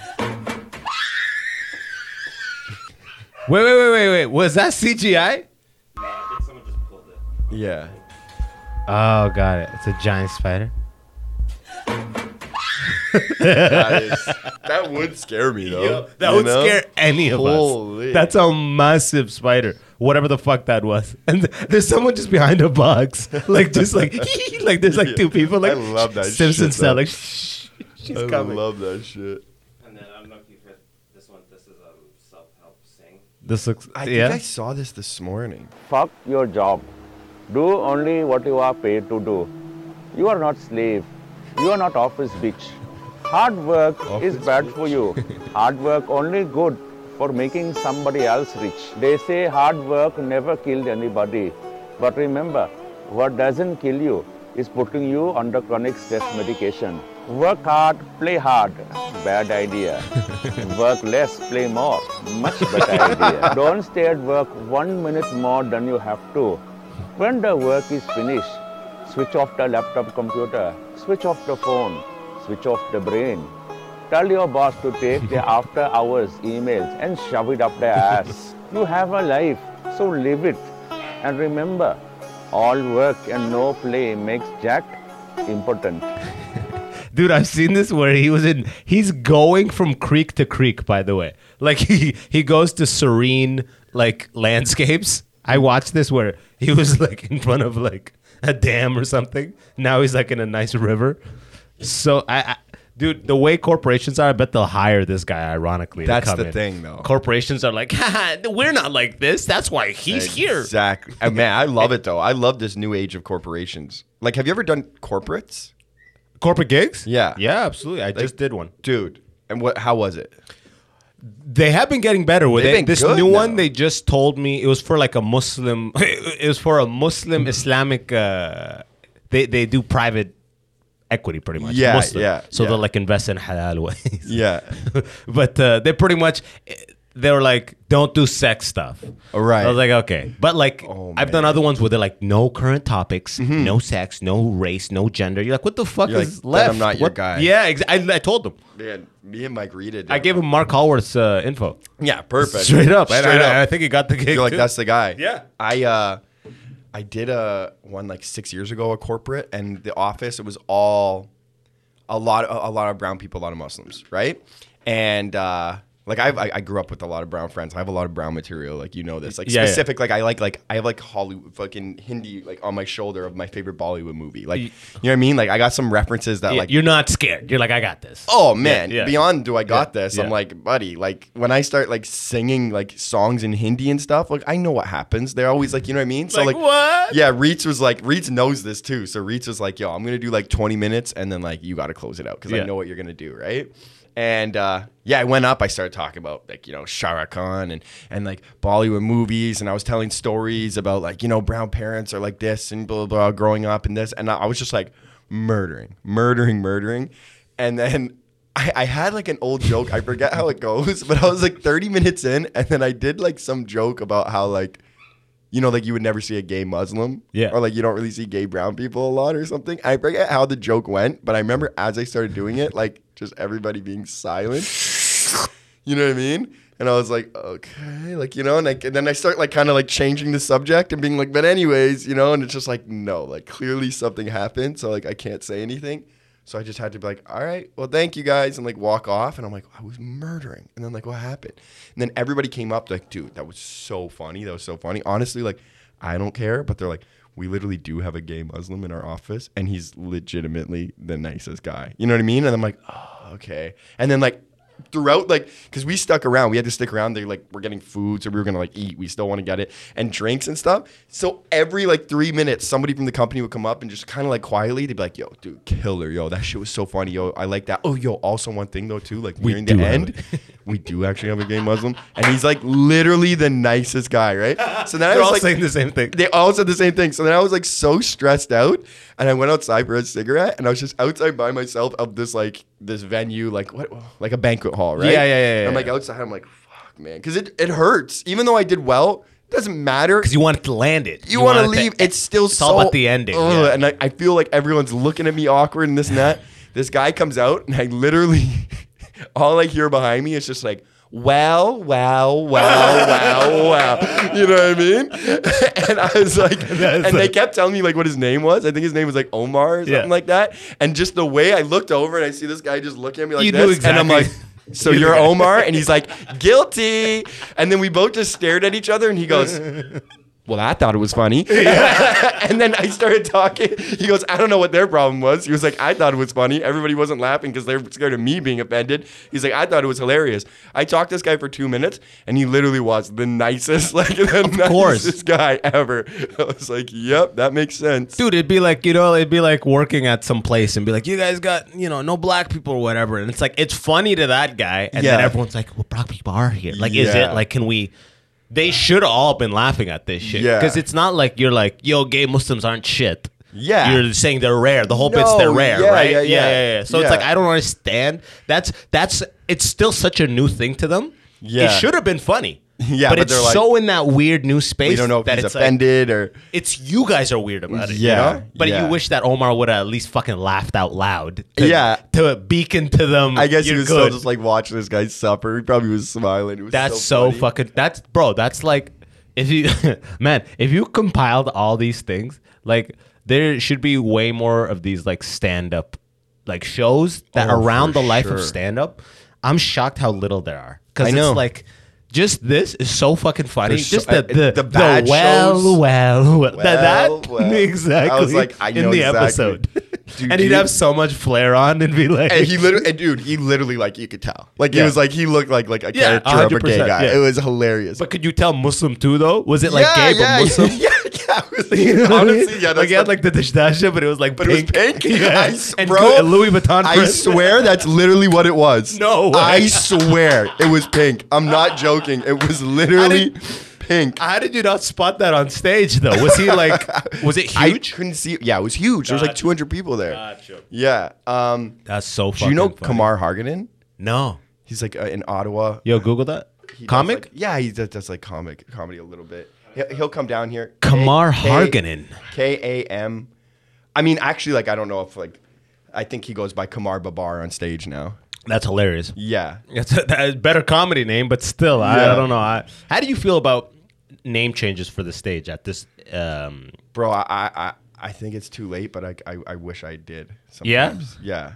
Speaker 3: Wait, wait, wait, wait, wait. Was that CGI?
Speaker 4: Yeah.
Speaker 3: Oh, got it. It's a giant spider.
Speaker 4: That is that would scare me though.
Speaker 3: That
Speaker 4: you
Speaker 3: would
Speaker 4: know?
Speaker 3: scare any of
Speaker 4: Holy.
Speaker 3: us. That's a massive spider, whatever the fuck that was. And th- there's someone just behind a box, like just like like there's like two people like
Speaker 4: I love that
Speaker 3: Simpson
Speaker 4: shit,
Speaker 3: style,
Speaker 4: though.
Speaker 3: like shh, she's
Speaker 4: I
Speaker 3: coming.
Speaker 4: love that shit.
Speaker 8: And then I don't know if you've heard this one. This is um self-help sing.
Speaker 3: this looks
Speaker 4: I
Speaker 3: yeah.
Speaker 4: think I saw this this morning.
Speaker 9: fuck your job. Do only what you are paid to do. You are not slave. You are not office bitch. Hard work is bad for you. hard work only good for making somebody else rich. They say hard work never killed anybody. But remember, what doesn't kill you is putting you under chronic stress medication. Work hard, play hard. Bad idea. work less, play more. Much better idea. Don't stay at work one minute more than you have to. When the work is finished, switch off the laptop computer, switch off the phone, switch off the brain. Tell your boss to take the after hours emails and shove it up their ass. you have a life, so live it. And remember, all work and no play makes Jack important.
Speaker 3: Dude, I've seen this where he was in. He's going from creek to creek. By the way, like he he goes to serene like landscapes. I watched this where he was like in front of like a dam or something. Now he's like in a nice river. So I, I Dude, the way corporations are, I bet they'll hire this guy. Ironically, to
Speaker 4: That's
Speaker 3: come
Speaker 4: the
Speaker 3: in.
Speaker 4: thing, though.
Speaker 3: Corporations are like, Haha, we're not like this. That's why he's here.
Speaker 4: Exactly. Uh, man, I love it though. I love this new age of corporations. Like, have you ever done corporates,
Speaker 3: Corporate gigs?
Speaker 4: Yeah.
Speaker 3: yeah, absolutely. I just did one.
Speaker 4: dude? And what? How was it?
Speaker 3: They have been getting better with
Speaker 4: They've
Speaker 3: it.
Speaker 4: been
Speaker 3: This
Speaker 4: good
Speaker 3: new one,
Speaker 4: now.
Speaker 3: they just told me it was for like a Muslim. It was for a Muslim
Speaker 4: Mm-hmm.
Speaker 3: Islamic. Uh, they they do private equity pretty much.
Speaker 4: Yeah,
Speaker 3: Muslim.
Speaker 4: yeah,
Speaker 3: So
Speaker 4: yeah.
Speaker 3: they'll like invest in halal ways.
Speaker 4: Yeah.
Speaker 3: but uh, they pretty much they were like, don't do sex stuff.
Speaker 4: All right.
Speaker 3: I was like, okay, but like
Speaker 4: Oh,
Speaker 3: I've done
Speaker 4: man. Mm-hmm.
Speaker 3: other ones where they're like, no current topics, no sex, no race, no gender. You're like, what the fuck
Speaker 4: You're
Speaker 3: is
Speaker 4: like, then
Speaker 3: left?
Speaker 4: I'm not your
Speaker 3: What-
Speaker 4: guy.
Speaker 3: Yeah, ex- I, I told them.
Speaker 4: Man, me and Mike read it.
Speaker 3: I gave him Mark Hallworth's uh, info.
Speaker 4: Yeah, perfect.
Speaker 3: Straight up.
Speaker 4: Straight
Speaker 3: and I,
Speaker 4: up.
Speaker 3: I, I think he got the gig.
Speaker 4: You're like,
Speaker 3: too.
Speaker 4: that's the guy.
Speaker 3: Yeah.
Speaker 4: I uh I did a one like six years ago, a corporate, and the office, it was all a lot a lot of brown people, a lot of Muslims, right? And uh like I've, I, I grew up with a lot of brown friends. I have a lot of brown material, like you know this, like
Speaker 3: Yeah, yeah.
Speaker 4: specific. Like I like like I have like Hollywood, fucking Hindi, like on my shoulder of my favorite Bollywood movie. Like you know what I mean? Like I got some references that
Speaker 3: Yeah,
Speaker 4: like
Speaker 3: you're not scared. You're like, I got this.
Speaker 4: oh man
Speaker 3: yeah.
Speaker 4: beyond do i got this i'm
Speaker 3: yeah.
Speaker 4: like buddy like when i start like singing like songs in hindi and stuff like i know what happens they're always like you know what i mean so
Speaker 3: Like, what?
Speaker 4: yeah reitz was like reitz knows this too so reitz was like yo i'm gonna do like 20 minutes and then like you gotta close it out because
Speaker 3: Yeah.
Speaker 4: i know what you're gonna do right and uh, yeah, I went up. I started talking about like you know Shah Rukh Khan and and like Bollywood movies, and I was telling stories about like you know brown parents are like this and blah blah, blah growing up and this, and I I was just like murdering, murdering, murdering, and then I, I had like an old joke. I forget how it goes, but I was like 30 minutes in, and then I did like some joke about how like, you know, like you would never see a gay Muslim,
Speaker 3: Yeah.
Speaker 4: or like you don't really see gay brown people a lot or something. I forget how the joke went, but I remember as I started doing it, like just everybody being silent. You know what I mean? And I was like, okay, like you know, and, like, and then I start like kind of like changing the subject and being like, but anyways, you know, and it's just like no, like clearly something happened, so like I can't say anything. So I just had to be like, all right, well, thank you guys, and like walk off. And I'm like, I was murdering. And then like, what happened? And then everybody came up like, dude, that was so funny. That was so funny. Honestly, like, I don't care, but they're like, we literally do have a gay Muslim in our office, and he's legitimately the nicest guy. You know what I mean? And I'm like, oh, okay. And then like throughout like because we stuck around we had to stick around they like we're getting food so we were gonna like eat we still want to get it and drinks and stuff so every like three minutes somebody from the company would come up and just kind of like quietly they'd be like yo dude killer yo that shit was so funny yo i like that oh yo also one thing though too like
Speaker 3: We
Speaker 4: nearing
Speaker 3: do
Speaker 4: the
Speaker 3: have
Speaker 4: end we do actually have a gay muslim and he's like literally the nicest guy right so then i
Speaker 3: They're
Speaker 4: was
Speaker 3: all
Speaker 4: like
Speaker 3: saying the same thing.
Speaker 4: they all said the same thing. So then I was like so stressed out, and I went outside for a cigarette, and I was just outside by myself of this like this venue, like what, like a banquet hall, right?
Speaker 3: Yeah, yeah, yeah, yeah,
Speaker 4: I'm like
Speaker 3: yeah.
Speaker 4: outside. I'm like, fuck, man, because it it hurts. Even though I did well, it doesn't matter.
Speaker 3: Because you want to land it.
Speaker 4: You, want to
Speaker 3: it
Speaker 4: leave.
Speaker 3: to-
Speaker 4: it's still
Speaker 3: it's
Speaker 4: so
Speaker 3: all about the ending.
Speaker 4: Ugh,
Speaker 3: yeah.
Speaker 4: And I, I feel like everyone's looking at me awkward and this and that. this guy comes out, and I literally all I hear behind me is just like. Wow, wow, wow, wow, wow. You know what I mean? And I was like, and they kept telling me like what his name was. I think his name was like Omar or something
Speaker 3: Yeah.
Speaker 4: like that. And just the way I looked over and I see this guy just looking at me like
Speaker 3: You
Speaker 4: this,
Speaker 3: knew
Speaker 4: and I'm like,
Speaker 3: exactly.
Speaker 4: so you're Omar? And he's like, guilty. And then we both just stared at each other, and he goes, well, I thought it was funny. and then I started talking. He goes, I don't know what their problem was. He was like, I thought it was funny. Everybody wasn't laughing because they're scared of me being offended. He's like, I thought it was hilarious. I talked to this guy for two minutes, and he literally was the nicest, like the nicest
Speaker 3: course.
Speaker 4: guy ever. I was like, Yep, that makes sense.
Speaker 3: dude it'd be like you know it'd be like working at some place and be like you guys got you know no black people or whatever and it's like it's funny to that guy and then
Speaker 4: Yeah.
Speaker 3: everyone's like well black people are here like is
Speaker 4: Yeah.
Speaker 3: it like can we they should have all been laughing at this shit
Speaker 4: Yeah.
Speaker 3: because it's not like you're like yo gay muslims aren't shit
Speaker 4: Yeah.
Speaker 3: you're saying they're rare the whole bit's
Speaker 4: No,
Speaker 3: they're rare
Speaker 4: yeah,
Speaker 3: right
Speaker 4: yeah, yeah.
Speaker 3: so
Speaker 4: Yeah.
Speaker 3: it's like i don't understand that's that's it's still such a new thing to them it
Speaker 4: Yeah.
Speaker 3: should have been funny
Speaker 4: Yeah,
Speaker 3: but,
Speaker 4: but
Speaker 3: it's
Speaker 4: they're like,
Speaker 3: so in that weird new space
Speaker 4: We don't know if
Speaker 3: that
Speaker 4: he's
Speaker 3: it's like,
Speaker 4: offended or
Speaker 3: it's you guys are weird about it.
Speaker 4: Yeah,
Speaker 3: Yeah. You know? But
Speaker 4: yeah.
Speaker 3: you wish that Omar would have at least fucking laughed out loud. To,
Speaker 4: Yeah.
Speaker 3: To beacon to them.
Speaker 4: I guess he
Speaker 3: "You're
Speaker 4: was still
Speaker 3: good."
Speaker 4: just like watching this guy suffer. He probably was smiling. It was
Speaker 3: That's so,
Speaker 4: funny.
Speaker 3: fucking. That's bro. That's like if you man if you compiled all these things like there should be way more of these like stand up like shows that
Speaker 4: Oh,
Speaker 3: around
Speaker 4: for
Speaker 3: the life
Speaker 4: sure.
Speaker 3: of stand up. I'm shocked how little there are because
Speaker 4: I know.
Speaker 3: it's like Just this is so fucking funny.
Speaker 4: There's
Speaker 3: Just
Speaker 4: so-
Speaker 3: the
Speaker 4: it-
Speaker 3: the,
Speaker 4: the
Speaker 3: the,
Speaker 4: bad
Speaker 3: well,
Speaker 4: shows.
Speaker 3: well, well, Th- that,
Speaker 4: Well, well.
Speaker 3: exactly.
Speaker 4: I was like, I know
Speaker 3: in the
Speaker 4: exactly.
Speaker 3: episode,
Speaker 4: Dude,
Speaker 3: and he'd
Speaker 4: you-
Speaker 3: have so much flair on and be like,
Speaker 4: And he literally, and dude, he literally, like, you could tell. Like, he
Speaker 3: Yeah.
Speaker 4: was like, he looked like like a
Speaker 3: Yeah,
Speaker 4: character of a gay
Speaker 3: 100%,
Speaker 4: guy.
Speaker 3: yeah.
Speaker 4: It was hilarious.
Speaker 3: But could you tell Muslim too though? Was it like
Speaker 4: yeah,
Speaker 3: gay
Speaker 4: yeah,
Speaker 3: but Muslim?
Speaker 4: Yeah, yeah. it was- honestly, yeah. That's
Speaker 3: like he had
Speaker 4: the-
Speaker 3: like the dashdasha, but it was like
Speaker 4: but
Speaker 3: pink.
Speaker 4: it was pink.
Speaker 3: Yeah.
Speaker 4: I s-
Speaker 3: and
Speaker 4: bro,
Speaker 3: good- and Louis Vuitton.
Speaker 4: I
Speaker 3: print.
Speaker 4: swear that's literally what it was.
Speaker 3: No way.
Speaker 4: I swear it was pink. I'm not joking. It was literally pink.
Speaker 3: How did you not spot that on stage though? Was he like? was it
Speaker 4: I
Speaker 3: huge?
Speaker 4: couldn't see. Yeah, it was huge. There was like
Speaker 3: Gotcha.
Speaker 4: 200 people there.
Speaker 3: Gotcha.
Speaker 4: Yeah. Um,
Speaker 3: That's so
Speaker 4: do
Speaker 3: fucking.
Speaker 4: you know
Speaker 3: funny.
Speaker 4: Kamar Harganen?
Speaker 3: No.
Speaker 4: He's like uh, in Ottawa.
Speaker 3: Yo, Google that.
Speaker 4: He does,
Speaker 3: Comic.
Speaker 4: like- yeah, he does, does like comic comedy a little bit. He'll, he'll come down here.
Speaker 3: Kamar
Speaker 4: K- K-
Speaker 3: Harganen.
Speaker 4: K A M. I mean, actually, like I don't know if like I think he goes by Kamar Babar on stage now.
Speaker 3: That's hilarious.
Speaker 4: Yeah.
Speaker 3: That's a, that is better comedy name, but still, I,
Speaker 4: Yeah.
Speaker 3: I don't know. I, how do you feel about name changes for the stage at this? Um,
Speaker 4: bro I, I I- i think it's too late but i i, I wish i did
Speaker 3: Yeah?
Speaker 4: sometimes. yeah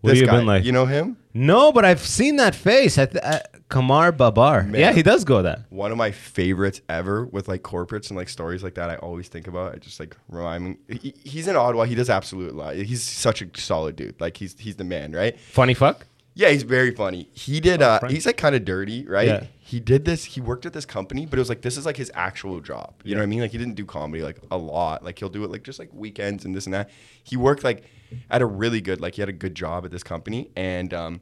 Speaker 3: What have you been like?
Speaker 4: you know him
Speaker 3: no, but I've seen that face. I th- I, Kamar Babar. Yeah, he does go that.
Speaker 4: one of my favorites ever with like corporates and like stories like that i always think about i just like remind me he, he's in ottawa he does absolute lie he's such a solid dude like he's he's the man right
Speaker 3: Funny fuck.
Speaker 4: yeah he's very funny he did uh
Speaker 3: Frank.
Speaker 4: he's like kind of dirty right
Speaker 3: Yeah.
Speaker 4: he did this he worked at this company but it was like this is like his actual job you know what i mean like he didn't do comedy like a lot like he'll do it like just like weekends and this and that he worked like at a really good like he had a good job at this company and um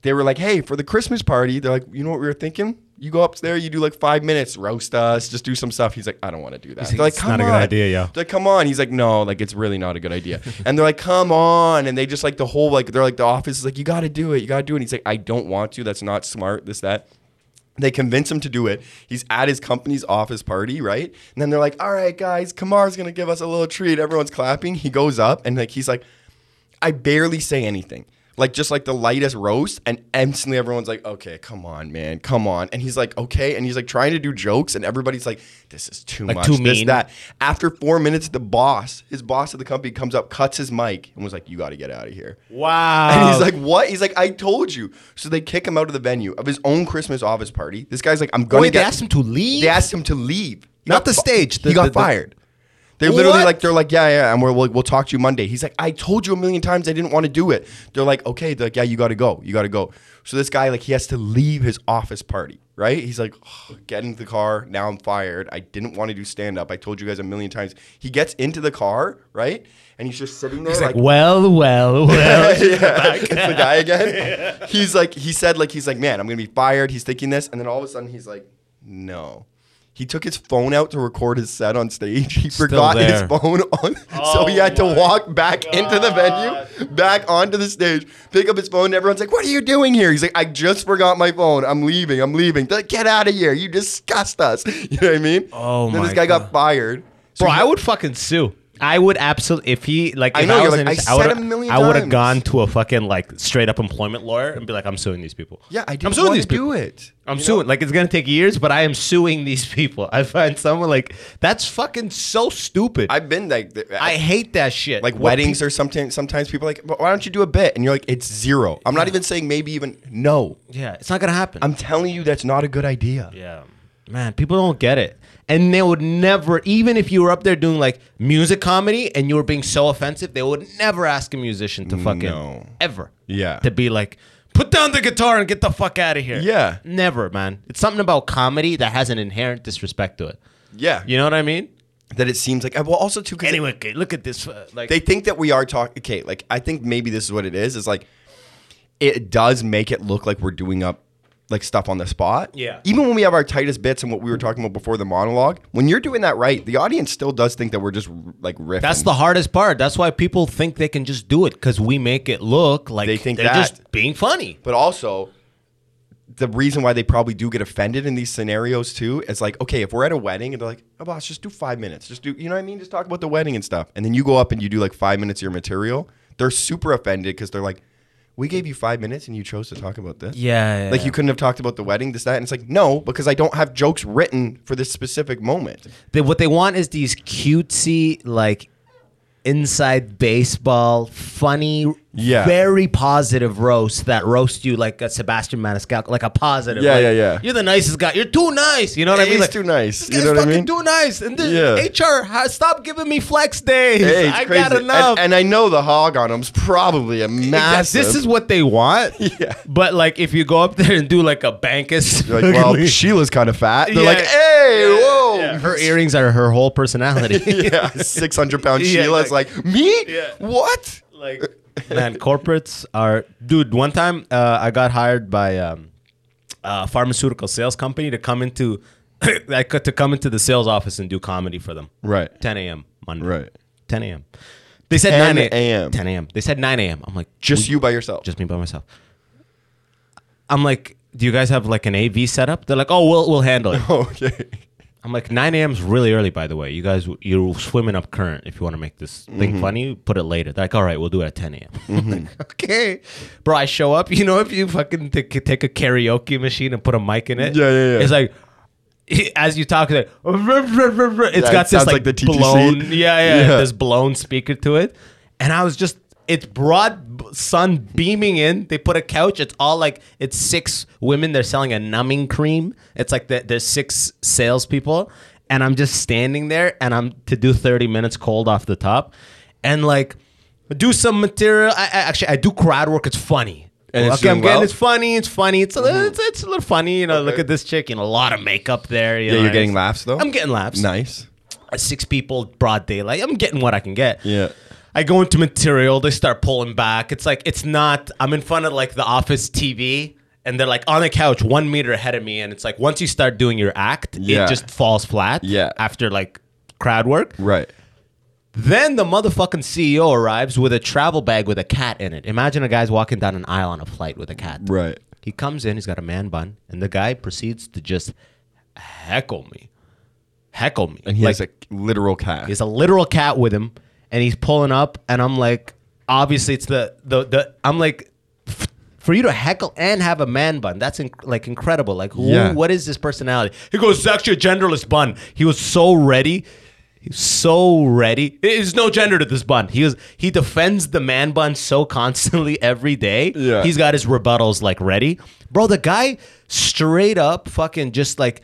Speaker 4: they were like hey for the christmas party they're like you know what we were thinking you go up there you do like five minutes roast us just do some stuff he's like i don't want to do that
Speaker 3: like,
Speaker 4: they're like
Speaker 3: "It's
Speaker 4: come
Speaker 3: not a good
Speaker 4: on."
Speaker 3: idea, yo.
Speaker 4: They're like, come on. He's like, no, like it's really not a good idea. And they're like, come on. And they just like the whole like they're like the office is like, you gotta do it, you gotta do it. And he's like, I don't want to. That's not smart. This that. They convince him to do it. He's at his company's office party, right? And then they're like, all right, guys, Kamar's gonna give us a little treat. Everyone's clapping. He goes up and like he's like, I barely say anything. Like just like the lightest roast, and instantly everyone's like, "Okay, come on, man, come on." And he's like, "Okay," and he's like trying to do jokes, and everybody's like, "This is too
Speaker 3: Like,
Speaker 4: much."
Speaker 3: too
Speaker 4: this
Speaker 3: mean.
Speaker 4: that. After four minutes, the boss, his boss of the company, comes up, cuts his mic, and was like, "You got to get out of here."
Speaker 3: Wow.
Speaker 4: And he's like, "What?" He's like, "I told you." So they kick him out of the venue of his own Christmas office party. This guy's like, "I'm going to
Speaker 3: Wait,
Speaker 4: get."
Speaker 3: they asked him to leave.
Speaker 4: They asked him to leave. He
Speaker 3: Not
Speaker 4: got
Speaker 3: the
Speaker 4: fi-
Speaker 3: stage, the-
Speaker 4: he got
Speaker 3: the- the-
Speaker 4: fired. They're literally
Speaker 3: What?
Speaker 4: like, they're like, yeah, yeah, and we're, we'll, we'll talk to you Monday. He's like, I told you a million times I didn't want to do it. They're like, okay, they're like, yeah, you got to go, you got to go. So this guy, like, he has to leave his office party, right? He's like, "Oh, get into the car. Now I'm fired. I didn't want to do stand up. I told you guys a million times. He gets into the car, right? And he's just sitting there, like,
Speaker 3: well, well, well.
Speaker 4: yeah, it's the guy again. He's like, he said, like, he's like, man, I'm gonna be fired. He's thinking this, and then all of a sudden, he's like, no. He took his phone out to record his set on stage. He forgot his
Speaker 3: there. Oh
Speaker 4: phone on, so he had to walk back into the venue, back onto the stage, pick up his phone. And everyone's like, "What are you doing here?" He's like, "I just forgot my phone. I'm leaving. I'm leaving. They're like, Get out of here. You disgust us." You know what I mean?
Speaker 3: Oh
Speaker 4: Then
Speaker 3: my
Speaker 4: this guy got fired. So
Speaker 3: Bro,
Speaker 4: he-
Speaker 3: I would fucking sue. I would absolutely if he like.
Speaker 4: I
Speaker 3: if
Speaker 4: know, you're
Speaker 3: was
Speaker 4: like,
Speaker 3: in
Speaker 4: I
Speaker 3: his-
Speaker 4: said
Speaker 3: would've-
Speaker 4: a million
Speaker 3: I would have
Speaker 4: times.
Speaker 3: gone to a fucking like straight up employment lawyer and be like, I'm suing these people.
Speaker 4: yeah, I
Speaker 3: I'm
Speaker 4: didn't
Speaker 3: suing
Speaker 4: want
Speaker 3: these
Speaker 4: to
Speaker 3: people.
Speaker 4: do it.
Speaker 3: I'm suing. Like it's gonna take years, but I am suing these people. I find someone like that's fucking so stupid. I,
Speaker 4: I've been like, th-
Speaker 3: hate that shit.
Speaker 4: like
Speaker 3: What
Speaker 4: weddings
Speaker 3: peop-
Speaker 4: or sometimes sometimes people are like "Well, why don't you do a bit and you're like it's zero i'm not even saying maybe even no
Speaker 3: yeah, it's not gonna happen.
Speaker 4: i'm telling you that's not a good idea
Speaker 3: yeah, man, people don't get it, and they would never. Even if you were up there doing like music comedy and you were being so offensive, they would never ask a musician to fucking
Speaker 4: No.
Speaker 3: ever.
Speaker 4: Yeah.
Speaker 3: to be like. Put down the guitar and get the fuck out of here.
Speaker 4: Yeah.
Speaker 3: Never, man. It's something about comedy that has an inherent disrespect to it.
Speaker 4: yeah
Speaker 3: You know what I mean?
Speaker 4: that it seems like uh, well also too 'cause
Speaker 3: Anyway, okay, look at this. uh, like
Speaker 4: they think that we are talking okay like i think maybe this is what it is is like it does make it look like we're doing up like stuff on the spot
Speaker 3: Yeah.
Speaker 4: even when we have our tightest bits and what we were talking about before the monologue when you're doing that right the audience still does think that we're just like riffing
Speaker 3: That's the hardest part. That's why people think they can just do it because we make it look like
Speaker 4: They think
Speaker 3: they're
Speaker 4: that.
Speaker 3: just being funny.
Speaker 4: But also, the reason why they probably do get offended in these scenarios too is like, okay, if we're at a wedding and they're like, oh, boss, just do five minutes. Just do, you know what I mean? Just talk about the wedding and stuff. And then you go up and you do like five minutes of your material. They're super offended because they're like, we gave you five minutes and you chose to talk about this.
Speaker 3: Yeah, yeah,
Speaker 4: Like
Speaker 3: yeah.
Speaker 4: you couldn't have talked about the wedding, this, that. And it's like, no, because I don't have jokes written for this specific moment.
Speaker 3: They, what they want is these cutesy, like inside baseball, funny,
Speaker 4: Yeah.
Speaker 3: very positive roast that roast you like a Sebastian Maniscalco, like a positive.
Speaker 4: Yeah,
Speaker 3: like,
Speaker 4: yeah, yeah.
Speaker 3: You're the nicest guy. You're too nice. You know what I
Speaker 4: He's
Speaker 3: mean? Like,
Speaker 4: too nice.
Speaker 3: This
Speaker 4: You
Speaker 3: guy's
Speaker 4: know what I
Speaker 3: fucking
Speaker 4: mean?
Speaker 3: too nice. And this
Speaker 4: Yeah.
Speaker 3: HR, ha- stop giving me flex days.
Speaker 4: Hey, it's
Speaker 3: I
Speaker 4: crazy.
Speaker 3: got
Speaker 4: And-
Speaker 3: enough.
Speaker 4: And, I know the hog on him's probably a
Speaker 3: Exact-
Speaker 4: massive.
Speaker 3: This is what they want.
Speaker 4: Yeah.
Speaker 3: But like, if you go up there and do like a bankus,
Speaker 4: You're like, well, Sheila's kind of fat. They're like,
Speaker 3: Yeah.
Speaker 4: hey, whoa.
Speaker 3: her earrings are her whole personality.
Speaker 4: yeah, 600 pound
Speaker 3: Yeah,
Speaker 4: Sheila's like, me? What?
Speaker 3: like man corporates are dude one time uh, i got hired by um, a pharmaceutical sales company to come into I could to come into the sales office and do comedy for them
Speaker 4: Right.
Speaker 3: 10 a.m monday
Speaker 4: Right.
Speaker 3: 10 a.m they said
Speaker 4: 10
Speaker 3: 9
Speaker 4: a.m..
Speaker 3: 10 a.m they said 9 a.m i'm like
Speaker 4: Just
Speaker 3: we-
Speaker 4: you by yourself.
Speaker 3: just me by myself i'm like do you guys have like an av setup they're like oh we'll, we'll handle it
Speaker 4: okay.
Speaker 3: i'm like 9 a.m is really early by the way you guys you're swimming up current if you want to make this
Speaker 4: Mm-hmm.
Speaker 3: thing funny put it later they're like all right we'll do it at 10 a.m okay, bro, I show up. You know, if you fucking t- take a karaoke machine and put a mic in it,
Speaker 4: Yeah, yeah, yeah.
Speaker 3: It's like as you talk, it's like, it's
Speaker 4: Yeah, it
Speaker 3: got this
Speaker 4: sounds
Speaker 3: like,
Speaker 4: like the TTC.
Speaker 3: blown, yeah, yeah,
Speaker 4: Yeah.
Speaker 3: this blown speaker to it, and I was just. It's broad b- sun beaming in. They put a couch. It's all like it's six women. They're selling a numbing cream. It's like the, there's six salespeople, and I'm just standing there, and I'm to do 30 minutes cold off the top, and like do some material. I, I actually I do crowd work. It's funny.
Speaker 4: And it's
Speaker 3: okay, I'm
Speaker 4: doing
Speaker 3: getting
Speaker 4: well? Mm-hmm.
Speaker 3: it's funny. It's funny. It's a little, it's, it's a little funny. You know, look at this chick. You know, a lot of makeup there. You
Speaker 4: Yeah,
Speaker 3: know,
Speaker 4: you're
Speaker 3: and
Speaker 4: getting
Speaker 3: it's-
Speaker 4: laughs though?
Speaker 3: I'm getting laughs.
Speaker 4: Nice.
Speaker 3: Uh, Six people, broad daylight. I'm getting what I can get.
Speaker 4: Yeah.
Speaker 3: I go into material. They start pulling back. It's like it's not. I'm in front of like the office TV, and they're like on the couch, one meter ahead of me. And it's like once you start doing your act,
Speaker 4: Yeah.
Speaker 3: it just falls flat.
Speaker 4: Yeah.
Speaker 3: After like crowd work,
Speaker 4: Right.
Speaker 3: then the motherfucking CEO arrives with a travel bag with a cat in it. Imagine a guy's walking down an aisle on a flight with a cat.
Speaker 4: Right.
Speaker 3: He comes in, he's got a man bun, and the guy proceeds to just heckle me. Heckle me.
Speaker 4: And he
Speaker 3: like,
Speaker 4: has a literal cat.
Speaker 3: He's a literal cat with him, and he's pulling up, and I'm like, obviously it's the the the. I'm like, f- for you to heckle and have a man bun, that's inc- like incredible. Like, who,
Speaker 4: Yeah.
Speaker 3: what is this personality? He goes, it's actually a genderless bun. He was so ready. He's so ready. There's no gender to this bun. He was he defends the man bun so constantly every day.
Speaker 4: Yeah.
Speaker 3: He's got his rebuttals like ready. Bro, the guy straight up fucking just like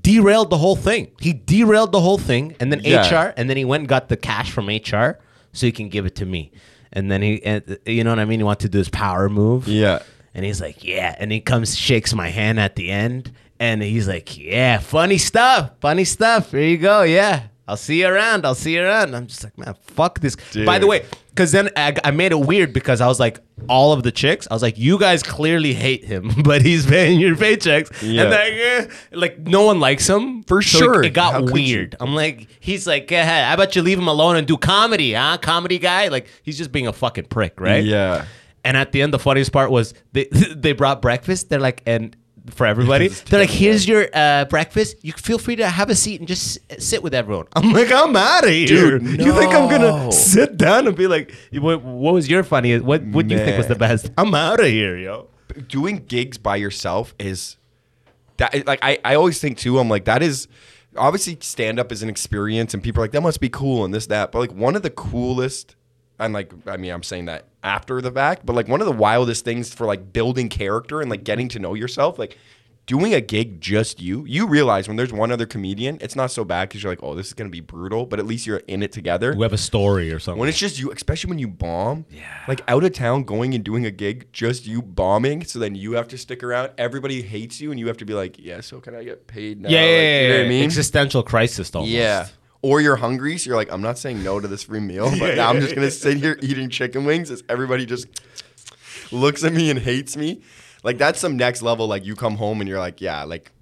Speaker 3: derailed the whole thing. He derailed the whole thing and then
Speaker 4: Yeah.
Speaker 3: HR and then he went and got the cash from HR so he can give it to me. And then he and you know what I mean, he wanted to do his power move.
Speaker 4: Yeah.
Speaker 3: And he's like, "Yeah." And he comes shakes my hand at the end and he's like, "Yeah, funny stuff. Funny stuff. Here you go. Yeah. I'll see you around. I'll see you around." I'm just like, "Man, fuck this." By the
Speaker 4: Dude.
Speaker 3: way, because then I, I made it weird because I was like, all of the chicks, I was like, you guys clearly hate him, but he's paying your paychecks.
Speaker 4: Yeah.
Speaker 3: And like, eh, like, no one likes him.
Speaker 4: For
Speaker 3: So
Speaker 4: sure.
Speaker 3: It, it got
Speaker 4: How could
Speaker 3: weird. I'm like, he's like, go ahead. How about you leave him alone and do comedy, huh? Comedy guy? Like, he's just being a fucking prick, right?
Speaker 4: Yeah.
Speaker 3: And at the end, the funniest part was they they brought breakfast. They're like, and for everybody, they're like, here's your uh, breakfast. You feel free to have a seat and just s- sit with everyone. I'm like, I'm out of here.
Speaker 4: Dude,
Speaker 3: You think I'm
Speaker 4: no.
Speaker 3: gonna sit down and be like, what, what was your funniest? What what do you think was the
Speaker 4: Man.
Speaker 3: best? I'm out of here, yo.
Speaker 4: doing gigs by yourself is that like I, I always think too i'm like that is obviously stand up is an experience and people are like that must be cool and this that but like one of the coolest and like i mean i'm saying that after the fact but like one of the wildest things for like building character and like getting to know yourself like doing a gig just you you realize when there's one other comedian it's not so bad because you're like oh this is going to be brutal but at least you're in it together
Speaker 6: have a story or something.
Speaker 4: when it's just you, especially when you bomb, yeah. like out of town going and doing a gig, just you bombing. So then you have to stick around. Everybody hates you, and you have to be like, yeah, so can I get paid now?
Speaker 3: Yeah,
Speaker 4: Like,
Speaker 3: yeah,
Speaker 4: you know what I mean?
Speaker 3: existential crisis, almost.
Speaker 4: yeah. Or you're hungry, so you're like, I'm not saying no to this free meal, but now I'm just gonna sit here eating chicken wings as everybody just looks at me and hates me. Like that's some next level. Like you come home and you're like, yeah, like.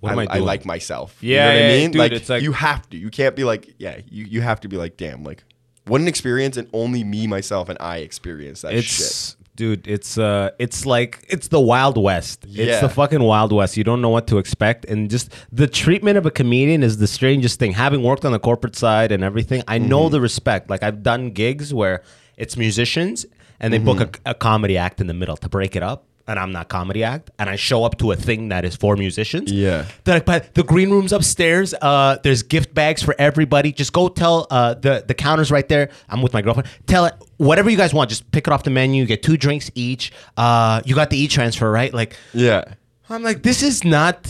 Speaker 6: What am I doing?
Speaker 4: like myself.
Speaker 3: Yeah,
Speaker 4: you know what
Speaker 3: yeah,
Speaker 4: I mean.
Speaker 3: dude,
Speaker 4: like,
Speaker 3: it's like-
Speaker 4: you have to. You can't be like, yeah. You, you have to be like, damn, like what an experience, and only me, myself, and I experience that shit.
Speaker 3: It's dude, it's uh it's like it's the Wild West.
Speaker 4: Yeah.
Speaker 3: It's the fucking Wild West. You don't know what to expect and just the treatment of a comedian is the strangest thing. Having worked on the corporate side and everything, I know the respect. Like I've done gigs where it's musicians and they book a, a comedy act in the middle to break it up. and I'm not comedy act, and I show up to a thing that is for musicians.
Speaker 4: Yeah.
Speaker 3: They're like, but the green room's upstairs. Uh, there's gift bags for everybody. Just go tell uh, the the counters right there. I'm with my girlfriend. Tell it whatever you guys want. Just pick it off the menu. Get two drinks each. Uh, you got the e transfer right? Like,
Speaker 4: Yeah.
Speaker 3: I'm like, this is not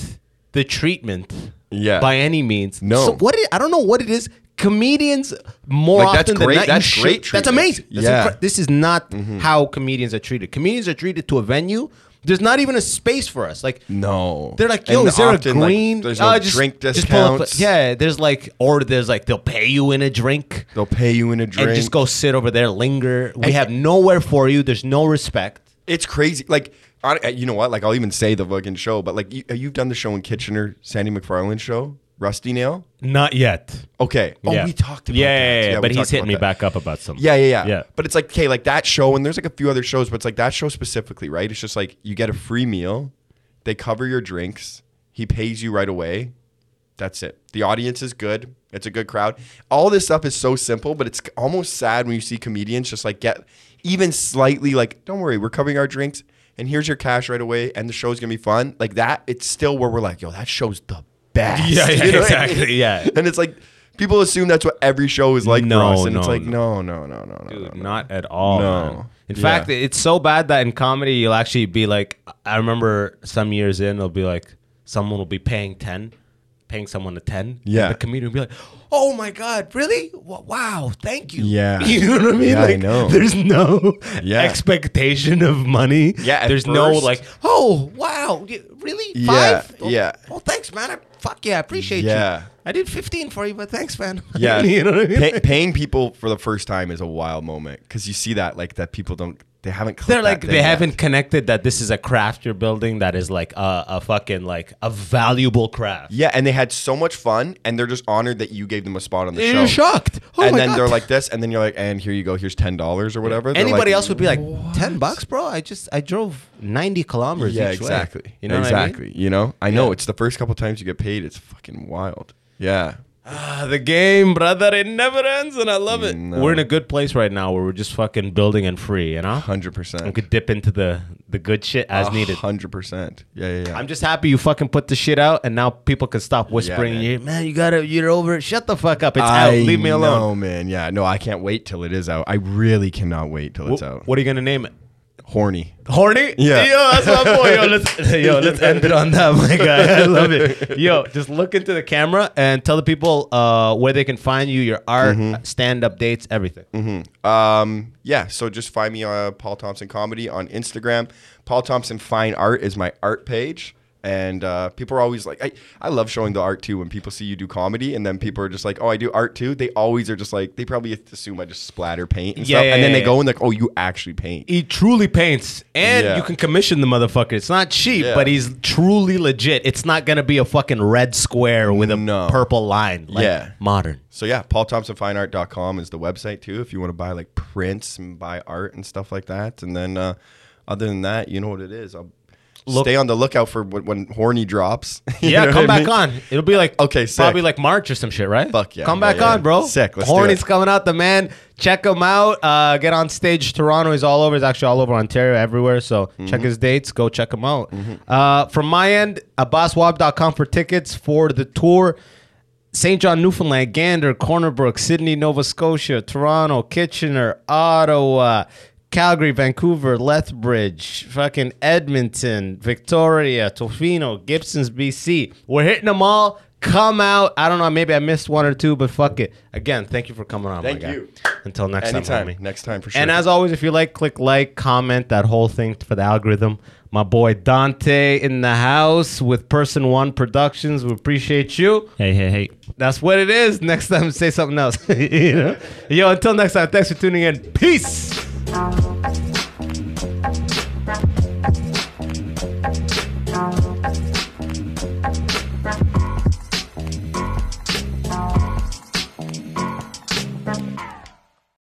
Speaker 3: the treatment.
Speaker 4: Yeah.
Speaker 3: By any means.
Speaker 4: No.
Speaker 3: So what? It, I don't know what it is. Comedians more
Speaker 4: Like, that's
Speaker 3: often than
Speaker 4: great-
Speaker 3: not. you
Speaker 4: that's
Speaker 3: should-
Speaker 4: great
Speaker 3: That's
Speaker 4: treatment.
Speaker 3: amazing. That's
Speaker 4: Yeah. Mm-hmm.
Speaker 3: incre- this is not how comedians are treated. Comedians are treated to a venue. There's not even a space for us. Like
Speaker 4: No.
Speaker 3: They're like, yo,
Speaker 4: And
Speaker 3: is there a
Speaker 4: often, like,
Speaker 3: green?
Speaker 4: there's no
Speaker 3: Uh,
Speaker 4: drink
Speaker 3: pull up a-
Speaker 4: discounts.
Speaker 3: yeah, there's like, or there's like, they'll pay you in a drink,
Speaker 4: They'll pay you in a drink.
Speaker 3: and just go sit over there, linger. We have nowhere for you. There's no respect.
Speaker 4: It's crazy. Like, I, I- you know what? Like, I'll even say the fucking show, but like, you, you've done the show in Kitchener, Sandy McFarland show, Rusty Nail.
Speaker 3: Not yet.
Speaker 4: Okay. Oh,
Speaker 3: Yeah.
Speaker 4: we talked about
Speaker 3: yeah,
Speaker 4: that.
Speaker 3: Yeah, yeah,
Speaker 4: we
Speaker 3: but he's
Speaker 4: talked
Speaker 3: hitting
Speaker 4: about
Speaker 3: me
Speaker 4: that.
Speaker 3: back up about something.
Speaker 4: Yeah, yeah, yeah.
Speaker 3: Yeah.
Speaker 4: But it's like, okay, like that show, and there's like a few other shows, but it's like that show specifically, right? It's just like you get a free meal, they cover your drinks, he pays you right away. That's it. The audience is good. It's a good crowd. All this stuff is so simple, but it's almost sad when you see comedians just like get even slightly like, don't worry, we're covering our drinks, and here's your cash right away, and the show's gonna be fun. Like that, it's still where we're like, yo, that show's the best.
Speaker 3: Yeah, yeah,
Speaker 4: You know what I mean?
Speaker 3: exactly. Yeah.
Speaker 4: And it's like people assume that's what every show is like
Speaker 3: No,
Speaker 4: for us, and it's
Speaker 3: no,
Speaker 4: like no, no, no, no, no.
Speaker 3: Dude, not at all.
Speaker 4: No.
Speaker 3: man. In
Speaker 4: Yeah.
Speaker 3: fact, it's so bad that in comedy you'll actually be like, I remember some years in, it'll be like someone will be paying ten, paying someone a ten.
Speaker 4: Yeah.
Speaker 3: and the comedian will be like, Oh my god, really? Wa- Wow, thank you.
Speaker 4: Yeah.
Speaker 3: you know what I mean?
Speaker 4: Yeah, I
Speaker 3: like,
Speaker 4: know.
Speaker 3: There's no
Speaker 4: Yeah.
Speaker 3: expectation of money.
Speaker 4: Yeah, at
Speaker 3: there's no
Speaker 4: first.
Speaker 3: like, Oh wow, y- really?
Speaker 4: Yeah,
Speaker 3: Five? Oh,
Speaker 4: yeah.
Speaker 3: Oh, thanks, man. I, fuck yeah, I appreciate you.
Speaker 4: Yeah.
Speaker 3: I did fifteen for you, but thanks, man.
Speaker 4: Yeah,
Speaker 3: you know what I mean?
Speaker 4: Pay- paying people for the first time is a wild moment because you see that like that people don't they haven't clicked
Speaker 3: They're
Speaker 4: that
Speaker 3: like
Speaker 4: thing
Speaker 3: they
Speaker 4: yet.
Speaker 3: haven't connected that this is a craft you're building that is like a, a fucking like a valuable craft.
Speaker 4: Yeah, and they had so much fun, and they're just honored that you gave them a spot on the show.
Speaker 3: You're shocked. Oh
Speaker 4: and
Speaker 3: my
Speaker 4: then
Speaker 3: God.
Speaker 4: they're like this, and then you're like, and here you go, here's ten dollars or whatever. They're
Speaker 3: Anybody
Speaker 4: like,
Speaker 3: else would be like ten bucks, bro. I just I drove ninety kilometers.
Speaker 4: Yeah,
Speaker 3: each way."
Speaker 4: exactly.
Speaker 3: You know
Speaker 4: exactly.
Speaker 3: What
Speaker 4: You know, I know
Speaker 3: Yeah.
Speaker 4: it's the first couple times you get paid. It's fucking wild. Yeah.
Speaker 3: I mean? Ah, the game, brother. It never ends, and I love it.
Speaker 4: No.
Speaker 3: We're in a good place right now where we're just fucking building and free. You know,
Speaker 4: Hundred percent.
Speaker 3: we could dip into the the good shit as needed.
Speaker 4: Hundred percent. Yeah, yeah, yeah.
Speaker 3: I'm just happy you fucking put the shit out, and now people can stop whispering.
Speaker 4: man.
Speaker 3: you, man, you gotta, you're over. it. Shut the fuck up. It's
Speaker 4: I
Speaker 3: out. Leave me alone.
Speaker 4: know, man. Yeah, no, I can't wait till it is out. I really cannot wait till it's out.
Speaker 3: What are you gonna name it?
Speaker 4: Horny.
Speaker 3: Horny?
Speaker 4: Yeah.
Speaker 3: Yo, that's my boy. Yo, let's yo, let's end it on that, my guy. I love it. Yo, just look into the camera and tell the people uh, where they can find you, your art, stand-up dates, everything.
Speaker 4: Um, yeah, so just find me on Paul Thompson Comedy on Instagram. Paul Thompson Fine Art is my art page. And uh, people are always like, I, I love showing the art too. When people see you do comedy and then people are just like, oh, I do art too. They always are just like, they probably assume I just splatter paint and
Speaker 3: Yeah,
Speaker 4: stuff.
Speaker 3: yeah,
Speaker 4: and then
Speaker 3: yeah,
Speaker 4: they
Speaker 3: yeah.
Speaker 4: go and like, oh, you actually paint.
Speaker 3: He truly paints, and
Speaker 4: Yeah.
Speaker 3: you can commission the motherfucker. It's not cheap,
Speaker 4: Yeah.
Speaker 3: but he's truly legit. It's not gonna be a fucking red square with a
Speaker 4: No.
Speaker 3: purple line. Like
Speaker 4: Yeah.
Speaker 3: modern.
Speaker 4: So yeah, paulthompsonfineart.com is the website too if you want to buy like prints and buy art and stuff like that. And then uh, other than that, you know what it is. I'll
Speaker 3: Look-
Speaker 4: stay on the lookout for when, when horny drops. You
Speaker 3: Yeah,
Speaker 4: know
Speaker 3: come
Speaker 4: what I
Speaker 3: back
Speaker 4: mean? Uh,
Speaker 3: on. It'll be like
Speaker 4: Okay, sick.
Speaker 3: probably like March or some shit, right?
Speaker 4: Fuck yeah.
Speaker 3: Come
Speaker 4: Yeah,
Speaker 3: back
Speaker 4: yeah.
Speaker 3: on, bro.
Speaker 4: Sick, let's do
Speaker 3: Horny's
Speaker 4: it.
Speaker 3: coming out, the man. Check him out. Uh, get on stage. Toronto is all over. He's actually all over Ontario, everywhere. So
Speaker 4: Mm-hmm.
Speaker 3: check his dates. Go check him out. Uh, from my end, abbaswab.com for tickets for the tour. St. John, Newfoundland, Gander, Cornerbrook, Sydney, Nova Scotia, Toronto, Kitchener, Ottawa, Calgary, Vancouver, Lethbridge, fucking Edmonton, Victoria, Tofino, Gibson's, BC. We're hitting them all. Come out. I don't know. Maybe I missed one or two, but fuck it. Again, thank you for coming on.
Speaker 4: Thank
Speaker 3: my guy.
Speaker 4: you.
Speaker 3: Until next
Speaker 4: Anytime.
Speaker 3: time, homie.
Speaker 4: Next time for sure.
Speaker 3: And as always, if you like, click like, comment, that whole thing for the algorithm. My boy Dante in the house with Person One Productions. We appreciate you.
Speaker 10: Hey, hey, hey.
Speaker 3: That's what it is. Next time, say something else. you know? Yo, until next time, thanks for tuning in. Peace.